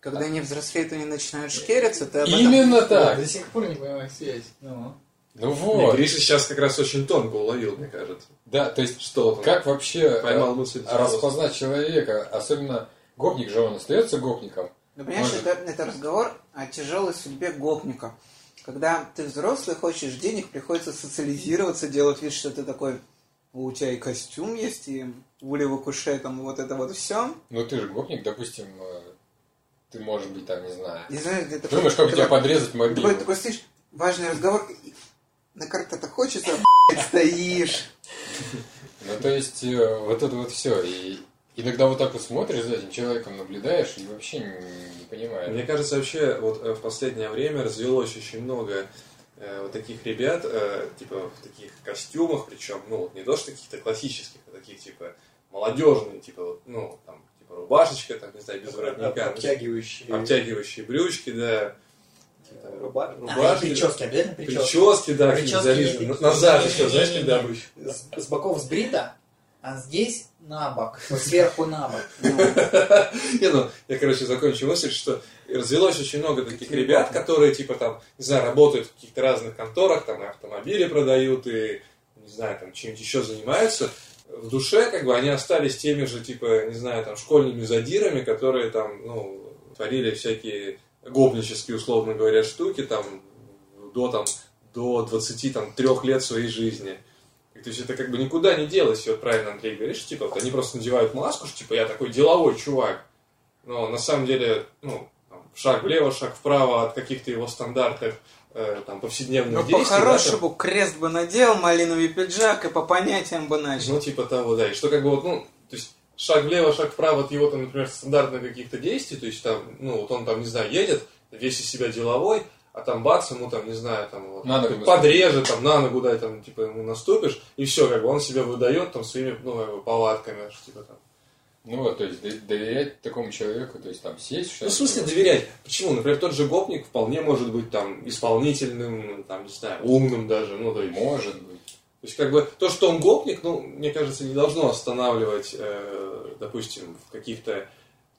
Speaker 4: Когда они взрослеют, они начинают шкериться, ты об этом...
Speaker 2: Именно так.
Speaker 3: До сих пор не понимаю связь. Ну,
Speaker 2: Ну
Speaker 1: Не,
Speaker 2: вот,
Speaker 1: Гриша сейчас как раз очень тонко уловил, мне кажется.
Speaker 2: да, то есть,
Speaker 1: Что он
Speaker 2: как вообще
Speaker 1: поймал мысль.
Speaker 2: э, распознать человека, особенно гопник же, он остается гопником.
Speaker 4: Ну, понимаешь,
Speaker 2: Может.
Speaker 4: это, это разговор о тяжелой судьбе гопника. Когда ты взрослый, хочешь денег, приходится социализироваться, делать вид, что ты такой, у тебя и костюм есть, и улево куше, там вот это вот все.
Speaker 2: Ну, ты же гопник, допустим, э, ты можешь быть там, не знаю,
Speaker 4: И знаешь, ты такой,
Speaker 2: Думаешь, как
Speaker 4: такой-
Speaker 2: тебя подрезать мобильно?
Speaker 4: такой, такой стоишь, важный разговор, и- и на карта-то хочется, стоишь.
Speaker 2: Ну, то есть, э, вот это вот все. И иногда вот так вот смотришь за этим человеком, наблюдаешь и вообще не, не понимаешь.
Speaker 1: Мне кажется, вообще вот э, в последнее время развелось очень много э, вот таких ребят, э, типа в таких костюмах, причем, ну, вот не то, что каких-то классических, а таких, типа, молодежные, типа, вот, ну, там, типа рубашечка, там, не знаю, без воротника,
Speaker 3: Обтягивающие.
Speaker 1: обтягивающие брючки, да,
Speaker 3: Какие-то рубашки.
Speaker 1: Рубашки.
Speaker 6: А, и прически обязательно прически.
Speaker 1: Прически, да,
Speaker 6: Прически
Speaker 1: какие-то зависли.
Speaker 6: и-
Speaker 1: Назад
Speaker 6: и-
Speaker 1: еще, знаешь,
Speaker 6: и-
Speaker 1: когда обычно.
Speaker 6: С-
Speaker 3: С боков сбрита, а здесь на бок. Вот сверху на бок.
Speaker 1: Не, ну, я, короче, закончу мысль, что развелось очень много таких ребят, которые, типа, там, не знаю, работают в каких-то разных конторах, там, и автомобили продают, и, не знаю, там, чем-нибудь еще занимаются. В душе, как бы, они остались теми же, типа, не знаю, там, школьными задирами, которые, там, ну, творили всякие гопнические, условно говоря, штуки, там, до, там, до 23 там, трех лет своей жизни. И, То есть это как бы никуда не делось, и вот правильно Андрей говоришь, типа, вот они просто надевают маску, что типа я такой деловой чувак, но на самом деле, ну, там, шаг влево, шаг вправо от каких-то его стандартных э, там, повседневных
Speaker 4: Ну,
Speaker 1: действий. да, там,
Speaker 4: по-хорошему, крест бы надел, малиновый пиджак и по понятиям бы начал.
Speaker 1: ну, типа того, да. И что как бы вот, ну, то есть шаг влево, шаг вправо от его, там, например, стандартных каких-то действий, то есть там, ну, вот он там, не знаю, едет, весь из себя деловой, а там бац, ему там, не знаю, там, вот,
Speaker 2: На ногу
Speaker 1: ты подрежет, там, на ногу, дай, там, типа, ему наступишь, и все, как бы, он себя выдает, там, своими, ну, как бы, повадками, что, типа, там.
Speaker 2: Ну вот, то есть д- доверять такому человеку, то есть там сесть, что
Speaker 1: Ну, в смысле доверять? Почему? Например, тот же гопник вполне может быть, там, исполнительным, там, не знаю, умным даже, ну, то есть,
Speaker 2: Может быть.
Speaker 1: То есть, как бы, то, что он гопник, ну, мне кажется, не должно останавливать, э, допустим, в каких-то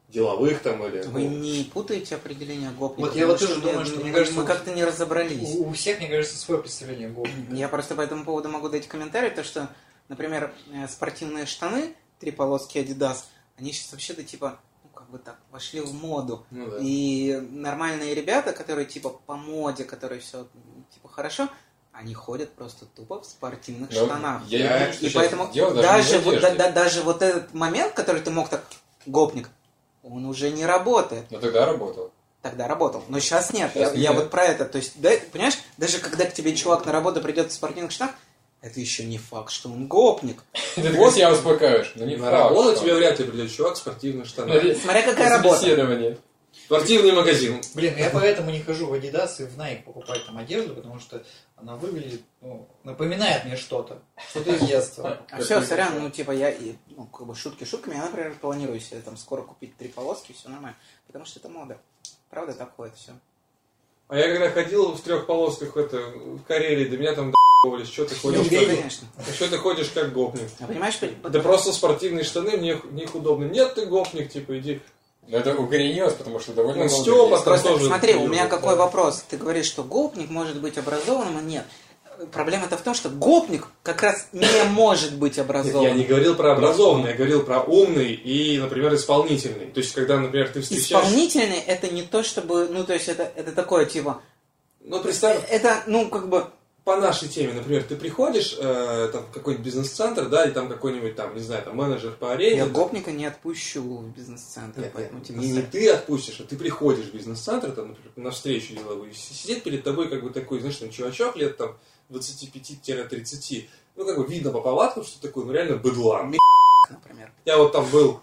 Speaker 1: деловых там или...
Speaker 4: Вы
Speaker 1: ну,
Speaker 4: не путаете определение гопника?
Speaker 3: Вот я вот
Speaker 4: Потому ну,
Speaker 3: тоже думаю, что, мне
Speaker 4: мы-
Speaker 3: кажется,
Speaker 4: мы
Speaker 3: вот-
Speaker 4: как-то не разобрались.
Speaker 3: У, у всех, мне кажется, свое представление было.
Speaker 4: Я просто по этому поводу могу дать комментарий, то что, например, э, спортивные штаны, три полоски Adidas, они сейчас вообще-то типа, ну как бы так, вошли в моду.
Speaker 1: ну да.
Speaker 4: И нормальные ребята, которые типа по моде, которые все типа хорошо, они ходят просто тупо в спортивных
Speaker 2: Но
Speaker 4: штанах.
Speaker 2: Я,
Speaker 1: Да,
Speaker 2: говорю, что
Speaker 4: И
Speaker 2: сейчас
Speaker 4: поэтому
Speaker 2: дело
Speaker 4: даже,
Speaker 2: не в
Speaker 4: вот, да-
Speaker 2: одежде.
Speaker 4: да- даже вот этот момент, который ты мог так, гопник, он уже не работает.
Speaker 2: Но тогда работал.
Speaker 4: Тогда работал. Но сейчас нет.
Speaker 2: Щас
Speaker 4: я, я
Speaker 2: нет.
Speaker 4: вот про это. То есть, да, понимаешь, даже когда к тебе чувак на работу придет в спортивных штанах, это еще не факт, что он гопник.
Speaker 2: Ты такой себя успокаиваешь. Ну не
Speaker 1: На
Speaker 2: факт,
Speaker 1: работу
Speaker 2: что-
Speaker 1: тебе вряд ли а придет чувак в спортивных штанах.
Speaker 2: Смотри,
Speaker 4: Смотря какая работа.
Speaker 2: собеседование.
Speaker 1: Спортивный магазин.
Speaker 3: Блин, я поэтому не хожу в Adidas и в Nike покупать там одежду, потому что она выглядит, ну, напоминает мне что-то. Что-то из детства.
Speaker 4: А все, сорян, ну типа я и, ну, как бы шутки шутками, я, например, планирую себе там скоро купить три полоски, все нормально. Потому что это мода. Правда, такое все.
Speaker 1: А я когда ходил в трех полосках в это, в Карелии, до меня там до***вались, что ты
Speaker 3: Ну,
Speaker 1: ходишь,
Speaker 3: бей.
Speaker 1: как,
Speaker 4: конечно.
Speaker 1: что ты ходишь как гопник.
Speaker 4: А понимаешь, по-
Speaker 1: Да просто спортивные штаны, мне в них удобно. Нет, ты гопник, типа, иди.
Speaker 2: Но это укоренилось, потому что довольно
Speaker 1: Ну,
Speaker 2: долго
Speaker 1: Стёпа
Speaker 2: есть.
Speaker 1: там
Speaker 4: Просто
Speaker 1: тоже
Speaker 4: смотри, у
Speaker 1: люди,
Speaker 4: меня
Speaker 1: да.
Speaker 4: какой вопрос. Ты говоришь, что гопник может быть образованным, а нет. Проблема-то в том, что гопник как раз не может быть
Speaker 1: Нет,
Speaker 4: образованным.
Speaker 1: я не говорил про образованный, я говорил про умный и, например, исполнительный. То есть, когда, например, ты встречаешь...
Speaker 4: Исполнительный это не то, чтобы, ну то есть это, это такое типа,
Speaker 1: Ну, представь,
Speaker 4: это, ну как бы,
Speaker 1: по нашей теме, например, ты приходишь э, там, в какой-нибудь бизнес-центр, да, и там какой-нибудь, там, не знаю, там, менеджер по арене.
Speaker 4: я гопника не отпущу в бизнес-центр,
Speaker 1: Нет,
Speaker 4: поэтому
Speaker 1: нет,
Speaker 4: типа,
Speaker 1: не, не ты отпустишь, а ты приходишь в бизнес-центр, там, например, на встречу деловую, и сидит перед тобой как бы такой, знаешь, там, чувачок лет там 25-30, ну, как бы видно по повадкам, что такой, ну, реально быдлан.
Speaker 4: например.
Speaker 1: Я вот там был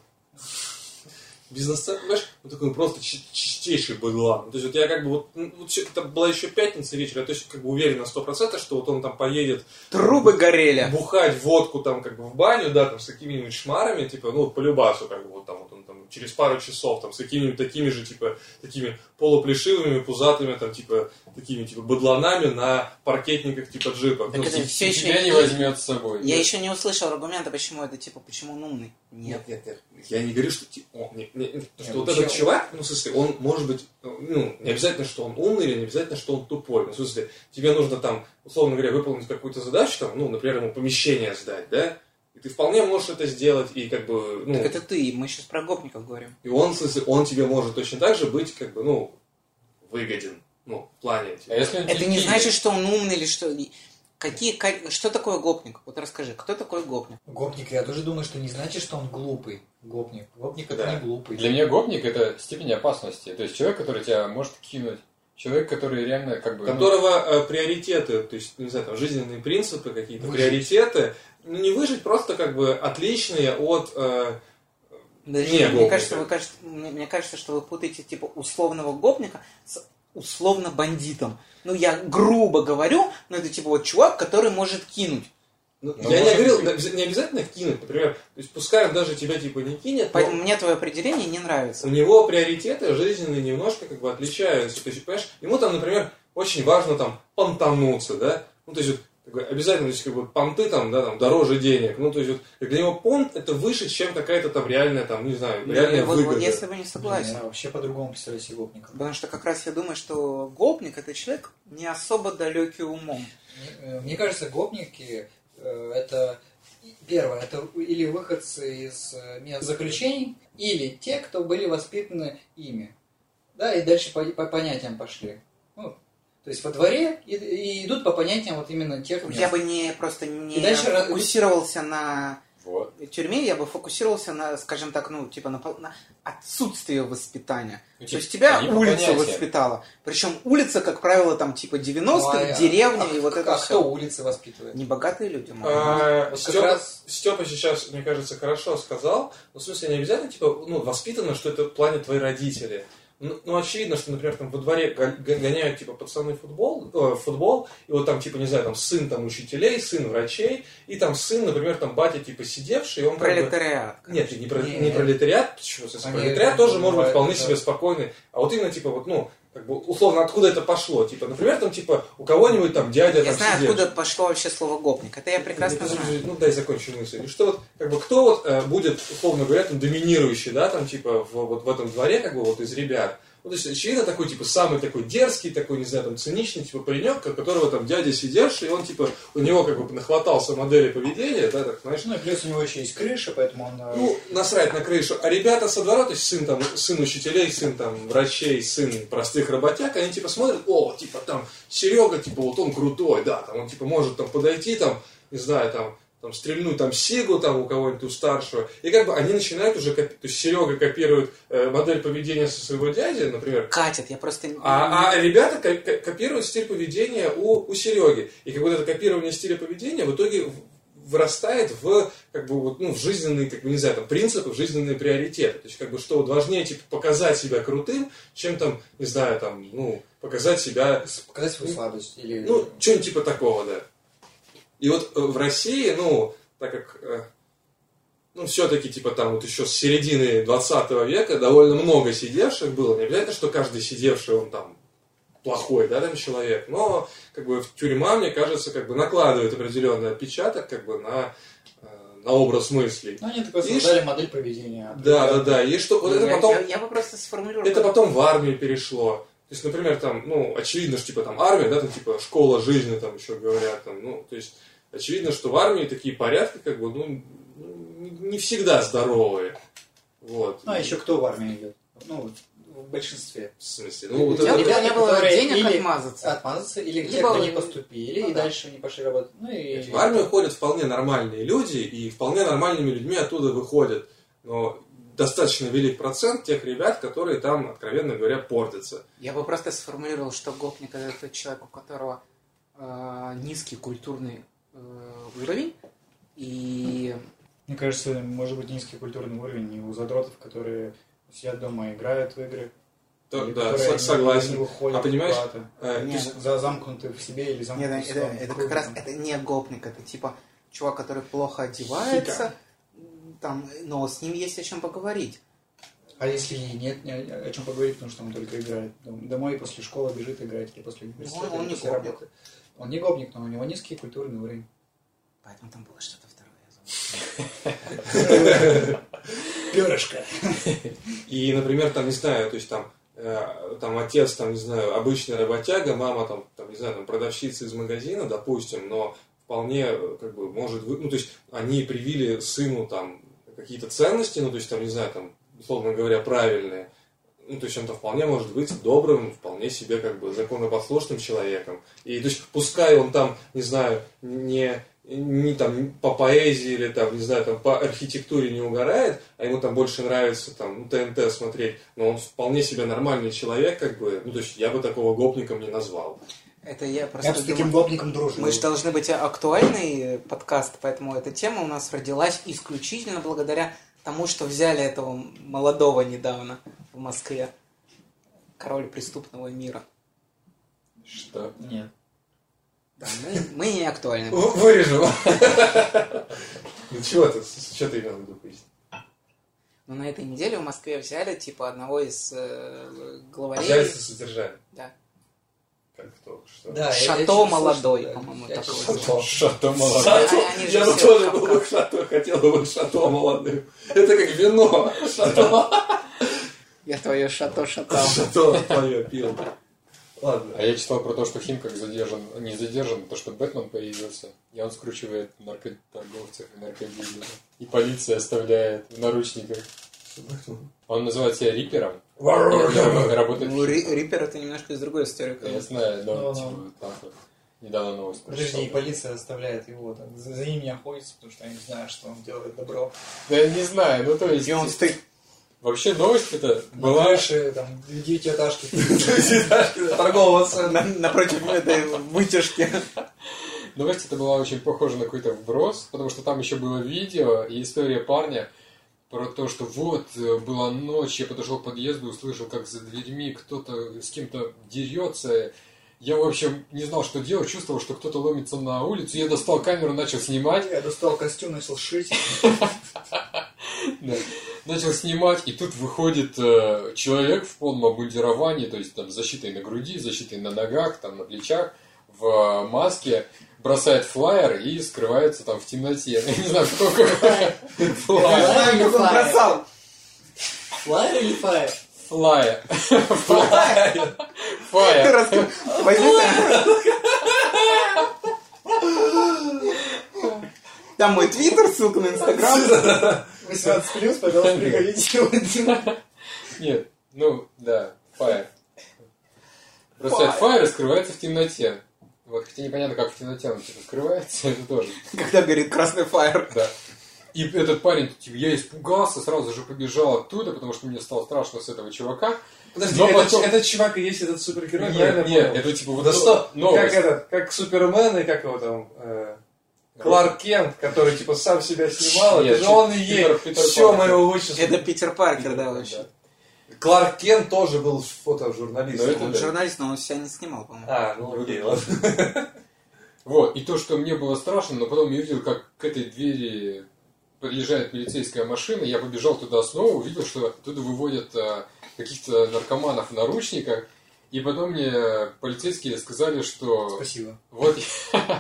Speaker 1: бизнес-центр, понимаешь, вот такой ну, просто чи- чистейший быдлан. То есть вот я как бы вот, ну, вот всё- это была еще пятница вечера, я точно как бы уверен на 100%, что вот он там поедет
Speaker 4: Трубы горели.
Speaker 1: бухать водку там как бы в баню, да, там с какими-нибудь шмарами, типа, ну, по любасу, как бы, вот там, вот он там через пару часов, там, с какими-нибудь такими же, типа, такими полуплешивыми, пузатыми, там, типа, такими, типа, бадланами на паркетниках, типа, джипов.
Speaker 4: Так
Speaker 1: Ну,
Speaker 4: это
Speaker 1: типа,
Speaker 4: все еще.
Speaker 2: Тебя не возьмет с собой.
Speaker 4: Я еще не услышал аргумента, почему это типа, почему он умный. Нет.
Speaker 1: Нет, нет, нет. Я не говорю, что, ти- о, не- не- не, что
Speaker 3: Нет,
Speaker 1: вот
Speaker 3: вообще
Speaker 1: этот
Speaker 3: он-
Speaker 1: чувак, ну, в смысле, он может быть, ну, не обязательно, что он умный или не обязательно, что он тупой. Ну, в смысле, тебе нужно там, условно говоря, выполнить какую-то задачу, там, ну, например, ему помещение сдать, да? И ты вполне можешь это сделать, и как бы, ну,
Speaker 4: Так это ты, мы сейчас про гопников говорим.
Speaker 1: и он, в смысле, он тебе может точно так же быть, как бы, ну, выгоден. Ну, в плане,
Speaker 2: А
Speaker 1: типа,
Speaker 2: если он
Speaker 4: Это не
Speaker 2: дебил?
Speaker 4: значит, что он умный или что. Какие, как- что такое гопник? Вот расскажи, кто такой гопник?
Speaker 3: Гопник, я тоже думаю, что не значит, что он глупый. Гопник. Гопник это
Speaker 1: Да.
Speaker 3: не глупый.
Speaker 2: Для меня гопник это степень опасности. То есть человек, который тебя может кинуть. Человек, который реально как бы... ну,
Speaker 1: которого э, приоритеты, то есть, не знаю, там, жизненные принципы какие-то,
Speaker 3: Выжить.
Speaker 1: приоритеты, ну, не выжить, просто как бы отличные от... э,
Speaker 4: Подожди,
Speaker 1: Не,
Speaker 4: мне,
Speaker 1: гопника.
Speaker 4: кажется, вы кажется- мне, мне кажется, что вы путаете типа условного гопника с условно бандитом. Ну, я грубо говорю, но это типа вот чувак, который может кинуть.
Speaker 1: Ну,
Speaker 2: Ну,
Speaker 1: я не
Speaker 2: может
Speaker 1: говорил,
Speaker 2: быть.
Speaker 1: да, не обязательно кинуть, например. То есть пускай он даже тебя типа не кинет, но
Speaker 4: Поэтому мне твое определение не
Speaker 1: у
Speaker 4: нравится.
Speaker 1: него приоритеты жизненные немножко как бы отличаются. То есть, понимаешь, ему там, например, очень важно там понтануться, да? Ну, то есть, вот, как бы, обязательно, то есть, как бы, понты там, да, там, дороже денег. Ну, то есть, вот, для него понт это выше, чем какая-то там реальная, там, не знаю, реальная
Speaker 4: вот, вот
Speaker 1: выгода.
Speaker 4: Ну, я с тобой не
Speaker 3: Не,
Speaker 4: согласен.
Speaker 3: Я вообще по-другому представляю себе гопника.
Speaker 4: Потому что как раз я думаю, что гопник это человек не особо далекий умом.
Speaker 3: Мне- э, Мне кажется, гопники э, это и- первое, это у- или выходцы из э, мест заключений, или те, кто были воспитаны ими. Да, и дальше по, по понятиям пошли. Ну, то есть во дворе и, и идут по понятиям вот именно тех мест.
Speaker 4: Я бы не просто не
Speaker 3: И дальше раз-
Speaker 4: фокусировался на
Speaker 2: ну, Вот.
Speaker 4: тюрьме, я бы фокусировался на, скажем так, ну, типа на, пол- на отсутствие воспитания.
Speaker 2: Ну,
Speaker 4: То
Speaker 2: типа,
Speaker 4: есть тебя
Speaker 2: они по
Speaker 4: улица
Speaker 2: понятиям.
Speaker 4: воспитала. Причем улица, как правило, там типа 90-х,
Speaker 3: Ну, а-
Speaker 4: деревня
Speaker 3: а-
Speaker 4: и вот
Speaker 3: а
Speaker 4: это
Speaker 3: кто
Speaker 4: все.
Speaker 3: улицы воспитывает?
Speaker 4: Небогатые люди, мама.
Speaker 1: А,
Speaker 3: Вот как
Speaker 1: Степа,
Speaker 3: раз-
Speaker 1: Степа сейчас, мне кажется, хорошо сказал. Ну, в смысле, не обязательно, типа, ну, воспитано, что это в плане твои родители. Ну, ну, очевидно, что, например, там во дворе га- га- гоняют, типа, пацаны футбол, э, футбол, и вот там, типа, не знаю, там сын там учителей, сын врачей, и там сын, например, там батя, типа, сидевший, и он как бы-
Speaker 4: Пролетариат.
Speaker 1: нет, не, про-
Speaker 3: Нет.
Speaker 1: не пролетариат, почему? В смысле,
Speaker 3: Они
Speaker 1: пролетариат тоже может быть
Speaker 3: бывают,
Speaker 1: вполне
Speaker 3: да.
Speaker 1: себе спокойный. А вот именно, типа, вот, ну, как бы, условно, откуда это пошло? Типа, например, там, типа, у кого-нибудь там дядя
Speaker 4: Я
Speaker 1: там
Speaker 4: знаю,
Speaker 1: сидевший.
Speaker 4: откуда пошло вообще слово гопник. Это я прекрасно
Speaker 1: Ну,
Speaker 4: знаю.
Speaker 1: подожди, Ну, дай закончу мысль. И что вот, как бы, кто вот э, будет, условно говоря, там, доминирующий, да, там, типа, в, вот в этом дворе, как бы, вот из ребят. Ну, то есть, очевидно, такой, типа, самый такой дерзкий, такой, не знаю, там, циничный, типа, паренек, ко- которого там дядя сидевший, и он, типа, у него, как бы, нахватался модели поведения, да, так, знаешь,
Speaker 3: Ну и плюс у него еще есть крыша, поэтому он... э,
Speaker 1: ну, насрать на крышу. А ребята со двора, то есть сын там, сын учителей, сын там врачей, сын простых работяг, они типа смотрят, о, типа там Серега, типа вот он крутой, да, там он типа может там подойти, там, не знаю, там, там стрельнуть там сигу там у кого-нибудь у старшего. И как бы они начинают уже, копи- то есть Серега копирует э, модель поведения со своего дяди, например,
Speaker 4: Катят, я просто... не-
Speaker 1: а, а ребята ко- ко- копируют стиль поведения у, у Сереги. И как вот это копирование стиля поведения в итоге в- вырастает в, как бы, вот, ну, в жизненные, как бы, не знаю, там, принципы, в жизненные приоритеты. То есть, как бы, что вот важнее, типа, показать себя крутым, чем, там, не знаю, там, ну, показать себя,
Speaker 3: Показать свою слабость или...
Speaker 1: ну, что-нибудь типа такого, да. И вот э, в России, ну, так как, э, ну, все-таки, типа, там, вот еще с середины 20 века довольно много сидевших было. Не обязательно, что каждый сидевший, он там плохой, да, там человек, но как бы в тюрьма, мне кажется, как бы накладывает определенный отпечаток как бы на, э, на образ мыслей.
Speaker 3: Ну, они такой
Speaker 1: Видишь?
Speaker 3: создали модель поведения.
Speaker 1: Да, да, да. И что вот это
Speaker 4: я,
Speaker 1: потом
Speaker 4: я- я бы просто сформулировал.
Speaker 1: это потом в армию перешло. То есть, например, там, ну, очевидно, что, типа, там, армия, да, там, типа, школа жизни, там, еще говорят, там, ну, то есть, очевидно, что в армии такие порядки, как бы, ну, ну, не всегда здоровые. Вот.
Speaker 3: Ну, а еще кто в армию идет? Ну, вот в большинстве.
Speaker 1: В смысле? Ну, вот
Speaker 4: У тебя
Speaker 1: это... А.
Speaker 3: Я-
Speaker 4: не было
Speaker 3: которые
Speaker 4: денег
Speaker 3: или-
Speaker 4: отмазаться.
Speaker 3: Отмазаться или те,
Speaker 4: Либо
Speaker 3: кто
Speaker 4: вы-
Speaker 3: не поступили,
Speaker 4: ну
Speaker 3: и
Speaker 4: да.
Speaker 3: дальше не пошли работать. Ну, и...
Speaker 1: В армию ходят вполне нормальные люди, и вполне нормальными людьми оттуда выходят. Но достаточно велик процент тех ребят, которые там, откровенно говоря, портятся.
Speaker 4: Я бы просто сформулировал, что гопник это тот человек, у которого э, низкий культурный э, уровень. И
Speaker 3: Мне кажется, может быть, низкий культурный уровень у задротов, которые сидят дома и играют в игры.
Speaker 1: Да,
Speaker 3: или
Speaker 1: да,
Speaker 3: которые
Speaker 1: со-
Speaker 3: не- не
Speaker 1: согласен.
Speaker 3: выходят
Speaker 1: А понимаешь,
Speaker 3: куда-то.
Speaker 1: Э,
Speaker 4: Не,
Speaker 1: то есть-
Speaker 3: За замкнуты в себе или
Speaker 4: Нет,
Speaker 3: замкнуты в
Speaker 4: это,
Speaker 3: своем
Speaker 4: ну, это как
Speaker 3: круге,
Speaker 4: раз
Speaker 3: там.
Speaker 4: это не гопник, это типа чувак, который плохо одевается, там, но с ним есть о чем поговорить.
Speaker 3: А если и нет, не- о чем поговорить, потому что он только играет. Дом- Домой после школы бежит играть или после университета,
Speaker 4: Ну, он
Speaker 3: или
Speaker 4: не
Speaker 3: после
Speaker 4: гопник.
Speaker 3: работы. Он не гопник, но у него низкий культурный уровень.
Speaker 4: Поэтому там было что-то второе. я забыл.
Speaker 3: Перышко.
Speaker 1: И, например, там, не знаю, то есть там, э, там отец, там, не знаю, обычный работяга, мама, там, там, не знаю, там, продавщица из магазина, допустим, но вполне, э, как бы, может, вы... ну, то есть они привили сыну, там, какие-то ценности, ну, то есть, там, не знаю, там, условно говоря, правильные, ну, то есть он-то вполне может быть добрым, вполне себе как бы законопослушным человеком. И то есть пускай он там, не знаю, не, не там по поэзии или там, не знаю, там по архитектуре не угорает, а ему там больше нравится там ну, ТНТ смотреть, но он вполне себе нормальный человек, как бы, ну, то есть я бы такого гопником не назвал.
Speaker 4: Это я просто
Speaker 3: Я бы с таким
Speaker 4: думаю,
Speaker 3: гопником дружу.
Speaker 4: мы же должны быть актуальный э, подкаст, поэтому эта тема у нас родилась исключительно благодаря тому, что взяли этого молодого недавно в Москве. Король преступного мира.
Speaker 2: Что?
Speaker 3: Нет.
Speaker 4: Там, мы, мы не актуальны.
Speaker 1: Вырежу. Ну чего ты, что ты имел в виду, поясни?
Speaker 4: Но на этой неделе в Москве взяли типа одного из э, главарей.
Speaker 1: Взялись и содержали.
Speaker 4: Да.
Speaker 1: Как кто, что.
Speaker 3: Да, я- я
Speaker 4: Шато
Speaker 3: чё-то слышал,
Speaker 4: молодой,
Speaker 3: да.
Speaker 4: по-моему,
Speaker 3: Я
Speaker 4: такой.
Speaker 3: чё-то слышал.
Speaker 2: Шато молодой.
Speaker 5: Шато.
Speaker 4: они же
Speaker 5: Я бы
Speaker 4: все
Speaker 5: тоже
Speaker 4: кавказцы.
Speaker 5: был бы шато, хотел бы быть шато молодым. Это как вино. Шато.
Speaker 4: Я твое шато шатал.
Speaker 5: Шато твое пил.
Speaker 1: Ладно.
Speaker 2: А я читал про то, что в Химках задержан, не задержан, то, что Бэтмен появился, и он скручивает наркоторговцев и наркобизнеса. И полиция оставляет в наручниках. Он называет себя Рипером. Он работает в
Speaker 4: Ну,
Speaker 2: Химках.
Speaker 4: Ри- Риппер это немножко из другой истории,
Speaker 2: Я
Speaker 4: конечно.
Speaker 2: знаю, но
Speaker 3: Ну,
Speaker 2: типа, там вот недавно новость прочитал.
Speaker 3: Подожди, и полиция оставляет его, там, за, за ним не охотится, потому что они знают, что он делает добро.
Speaker 2: Да я не знаю, ну то есть...
Speaker 4: И он Ну, стыд.
Speaker 2: Вообще новость это
Speaker 3: На
Speaker 2: была...
Speaker 3: крыше, там, девятиэтажки.
Speaker 4: Торгового центра. Напротив этой вытяжки.
Speaker 2: Новость Ну, это была очень похожа на какой-то вброс, потому что там еще было видео и история парня про то, что вот, э, была ночь, я подошел к подъезду, услышал, как за дверьми кто-то с кем-то дерется. Я, в общем, не знал, что делать, чувствовал, что кто-то ломится на улицу. Я достал камеру, начал снимать,
Speaker 3: Я достал костюм, начал шить.
Speaker 2: Да. начал снимать, и тут выходит э, человек в полном обмундировании, то есть там с защитой на груди, с защитой на ногах, там на плечах, в э, маске, бросает флаер и скрывается там в темноте. Я не знаю, кто какой
Speaker 3: Я
Speaker 2: флаер.
Speaker 3: знаю, как он
Speaker 4: Флаер.
Speaker 3: бросал. Флайер или фаер?
Speaker 2: Флаер. Флаер. Флаер.
Speaker 4: Раска- Возьми там. Там мой твиттер, ссылка на инстаграм.
Speaker 3: 18 плюс, пожалуйста, приходите его.
Speaker 2: Нет, ну да, флаер. Бросает флаер и скрывается в темноте. Вот, хотя непонятно, как в темноте он типа скрывается, это тоже.
Speaker 4: Когда горит красный фаер.
Speaker 2: Да. И этот парень, типа, я испугался, сразу же побежал оттуда, потому что мне стало страшно с этого чувака.
Speaker 1: Подожди,
Speaker 2: Но
Speaker 1: это,
Speaker 2: потом-
Speaker 1: ч- этот чувак и есть этот супергерой, правильно
Speaker 2: Нет,
Speaker 1: я
Speaker 2: нет,
Speaker 1: понял?
Speaker 2: это типа вот
Speaker 1: Да
Speaker 2: но-
Speaker 1: что, как
Speaker 2: новость.
Speaker 1: этот, как Супермен и как его там, э, Кларк Кент, который типа сам себя снимал,
Speaker 2: Нет,
Speaker 1: это же он и
Speaker 2: Питер-
Speaker 1: есть.
Speaker 2: Питер
Speaker 1: Все,
Speaker 2: Паркер.
Speaker 1: мы его вычислили.
Speaker 4: Это Питер Паркер, да, вообще.
Speaker 1: Кларк Кент тоже был
Speaker 2: Но
Speaker 1: фотожурналистом.
Speaker 2: Ну, это-
Speaker 4: Он
Speaker 2: да.
Speaker 4: журналист, но он себя не снимал, по-моему.
Speaker 1: А, ну окей, ладно.
Speaker 2: Вот, и то, что мне было страшно, но потом я увидел, как к этой двери подъезжает милицейская машина, я побежал туда снова, увидел, что оттуда выводят э, каких-то наркоманов в наручниках, и потом мне полицейские сказали, что...
Speaker 3: Спасибо.
Speaker 2: Вот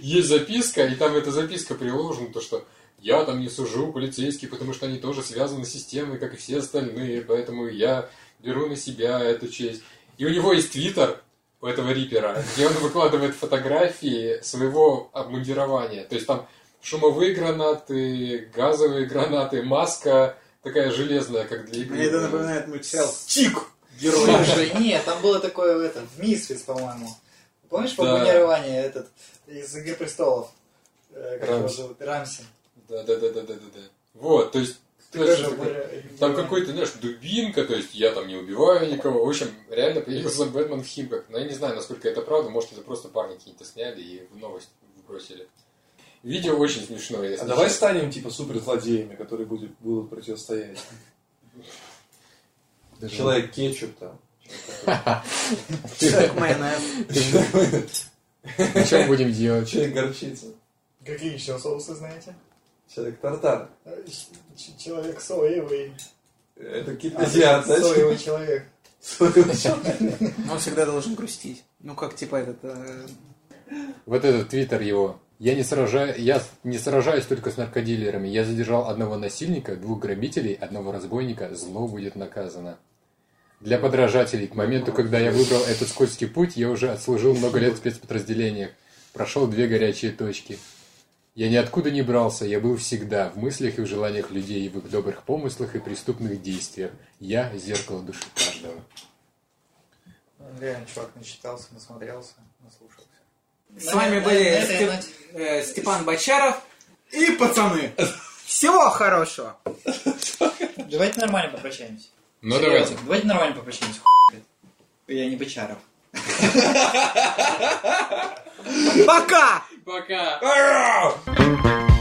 Speaker 2: есть записка, и там эта записка приложена, то что я там не сужу полицейских, потому что они тоже связаны с системой, как и все остальные, поэтому я беру на себя эту честь. И у него есть твиттер, у этого рипера, где он выкладывает фотографии своего обмундирования. То есть там шумовые гранаты, газовые гранаты, маска такая железная, как для игры.
Speaker 4: Мне это напоминает мультсериал.
Speaker 2: Стик!
Speaker 4: Герой.
Speaker 3: Слушай, нет, там было такое, это, в Мисфиц, по-моему. Помнишь, по
Speaker 2: Да.
Speaker 3: бронированию этот, из «Игры престолов»? Э, Как его
Speaker 1: Рамси.
Speaker 3: зовут? Рамси.
Speaker 2: Да-да-да-да-да-да. Вот, то есть...
Speaker 3: Тоже
Speaker 2: такой-
Speaker 3: были
Speaker 2: Там какой-то, знаешь, дубинка, то есть я там не убиваю никого. В общем, реально появился Бэтмен в Химках. Но я не знаю, насколько это правда. Может, это просто парни какие-то сняли и в новость выбросили. Видео очень смешное. если
Speaker 1: А давай
Speaker 2: честно.
Speaker 1: станем типа суперзлодеями, которые будет- будут противостоять.
Speaker 2: Даже-
Speaker 1: Человек кетчуп там.
Speaker 4: Человек майонез.
Speaker 2: Ну, Что будем делать?
Speaker 1: Человек горчица.
Speaker 3: Какие еще соусы знаете?
Speaker 1: Человек тартар.
Speaker 3: Э, ч- Человек соевый.
Speaker 1: Это
Speaker 3: А,
Speaker 1: китазиат, да?
Speaker 3: Соевый человек.
Speaker 1: Соевый человек.
Speaker 4: Он всегда должен грустить. Ну, как типа этот... э,
Speaker 2: Вот этот твиттер его. Я не, сражаю, я не сражаюсь только с наркодилерами. Я задержал одного насильника, двух грабителей, одного разбойника. Зло будет наказано. Для подражателей, к моменту, когда я выбрал этот скользкий путь, я уже отслужил много лет в спецподразделениях. Прошел две горячие точки. Я ниоткуда не брался, я был всегда в мыслях и в желаниях людей, в их добрых помыслах и преступных действиях. Я – зеркало души каждого.
Speaker 3: Реально, чувак начитался, насмотрелся, наслушался.
Speaker 4: С вами были Степ- э, Степан Бочаров и пацаны. Всего хорошего.
Speaker 3: Давайте нормально попрощаемся.
Speaker 2: Ну,
Speaker 3: Серьезно,
Speaker 2: давайте.
Speaker 3: Давайте нормально попрощаемся. хуй. Я не бычаров.
Speaker 4: Пока!
Speaker 2: Пока!
Speaker 1: Ура!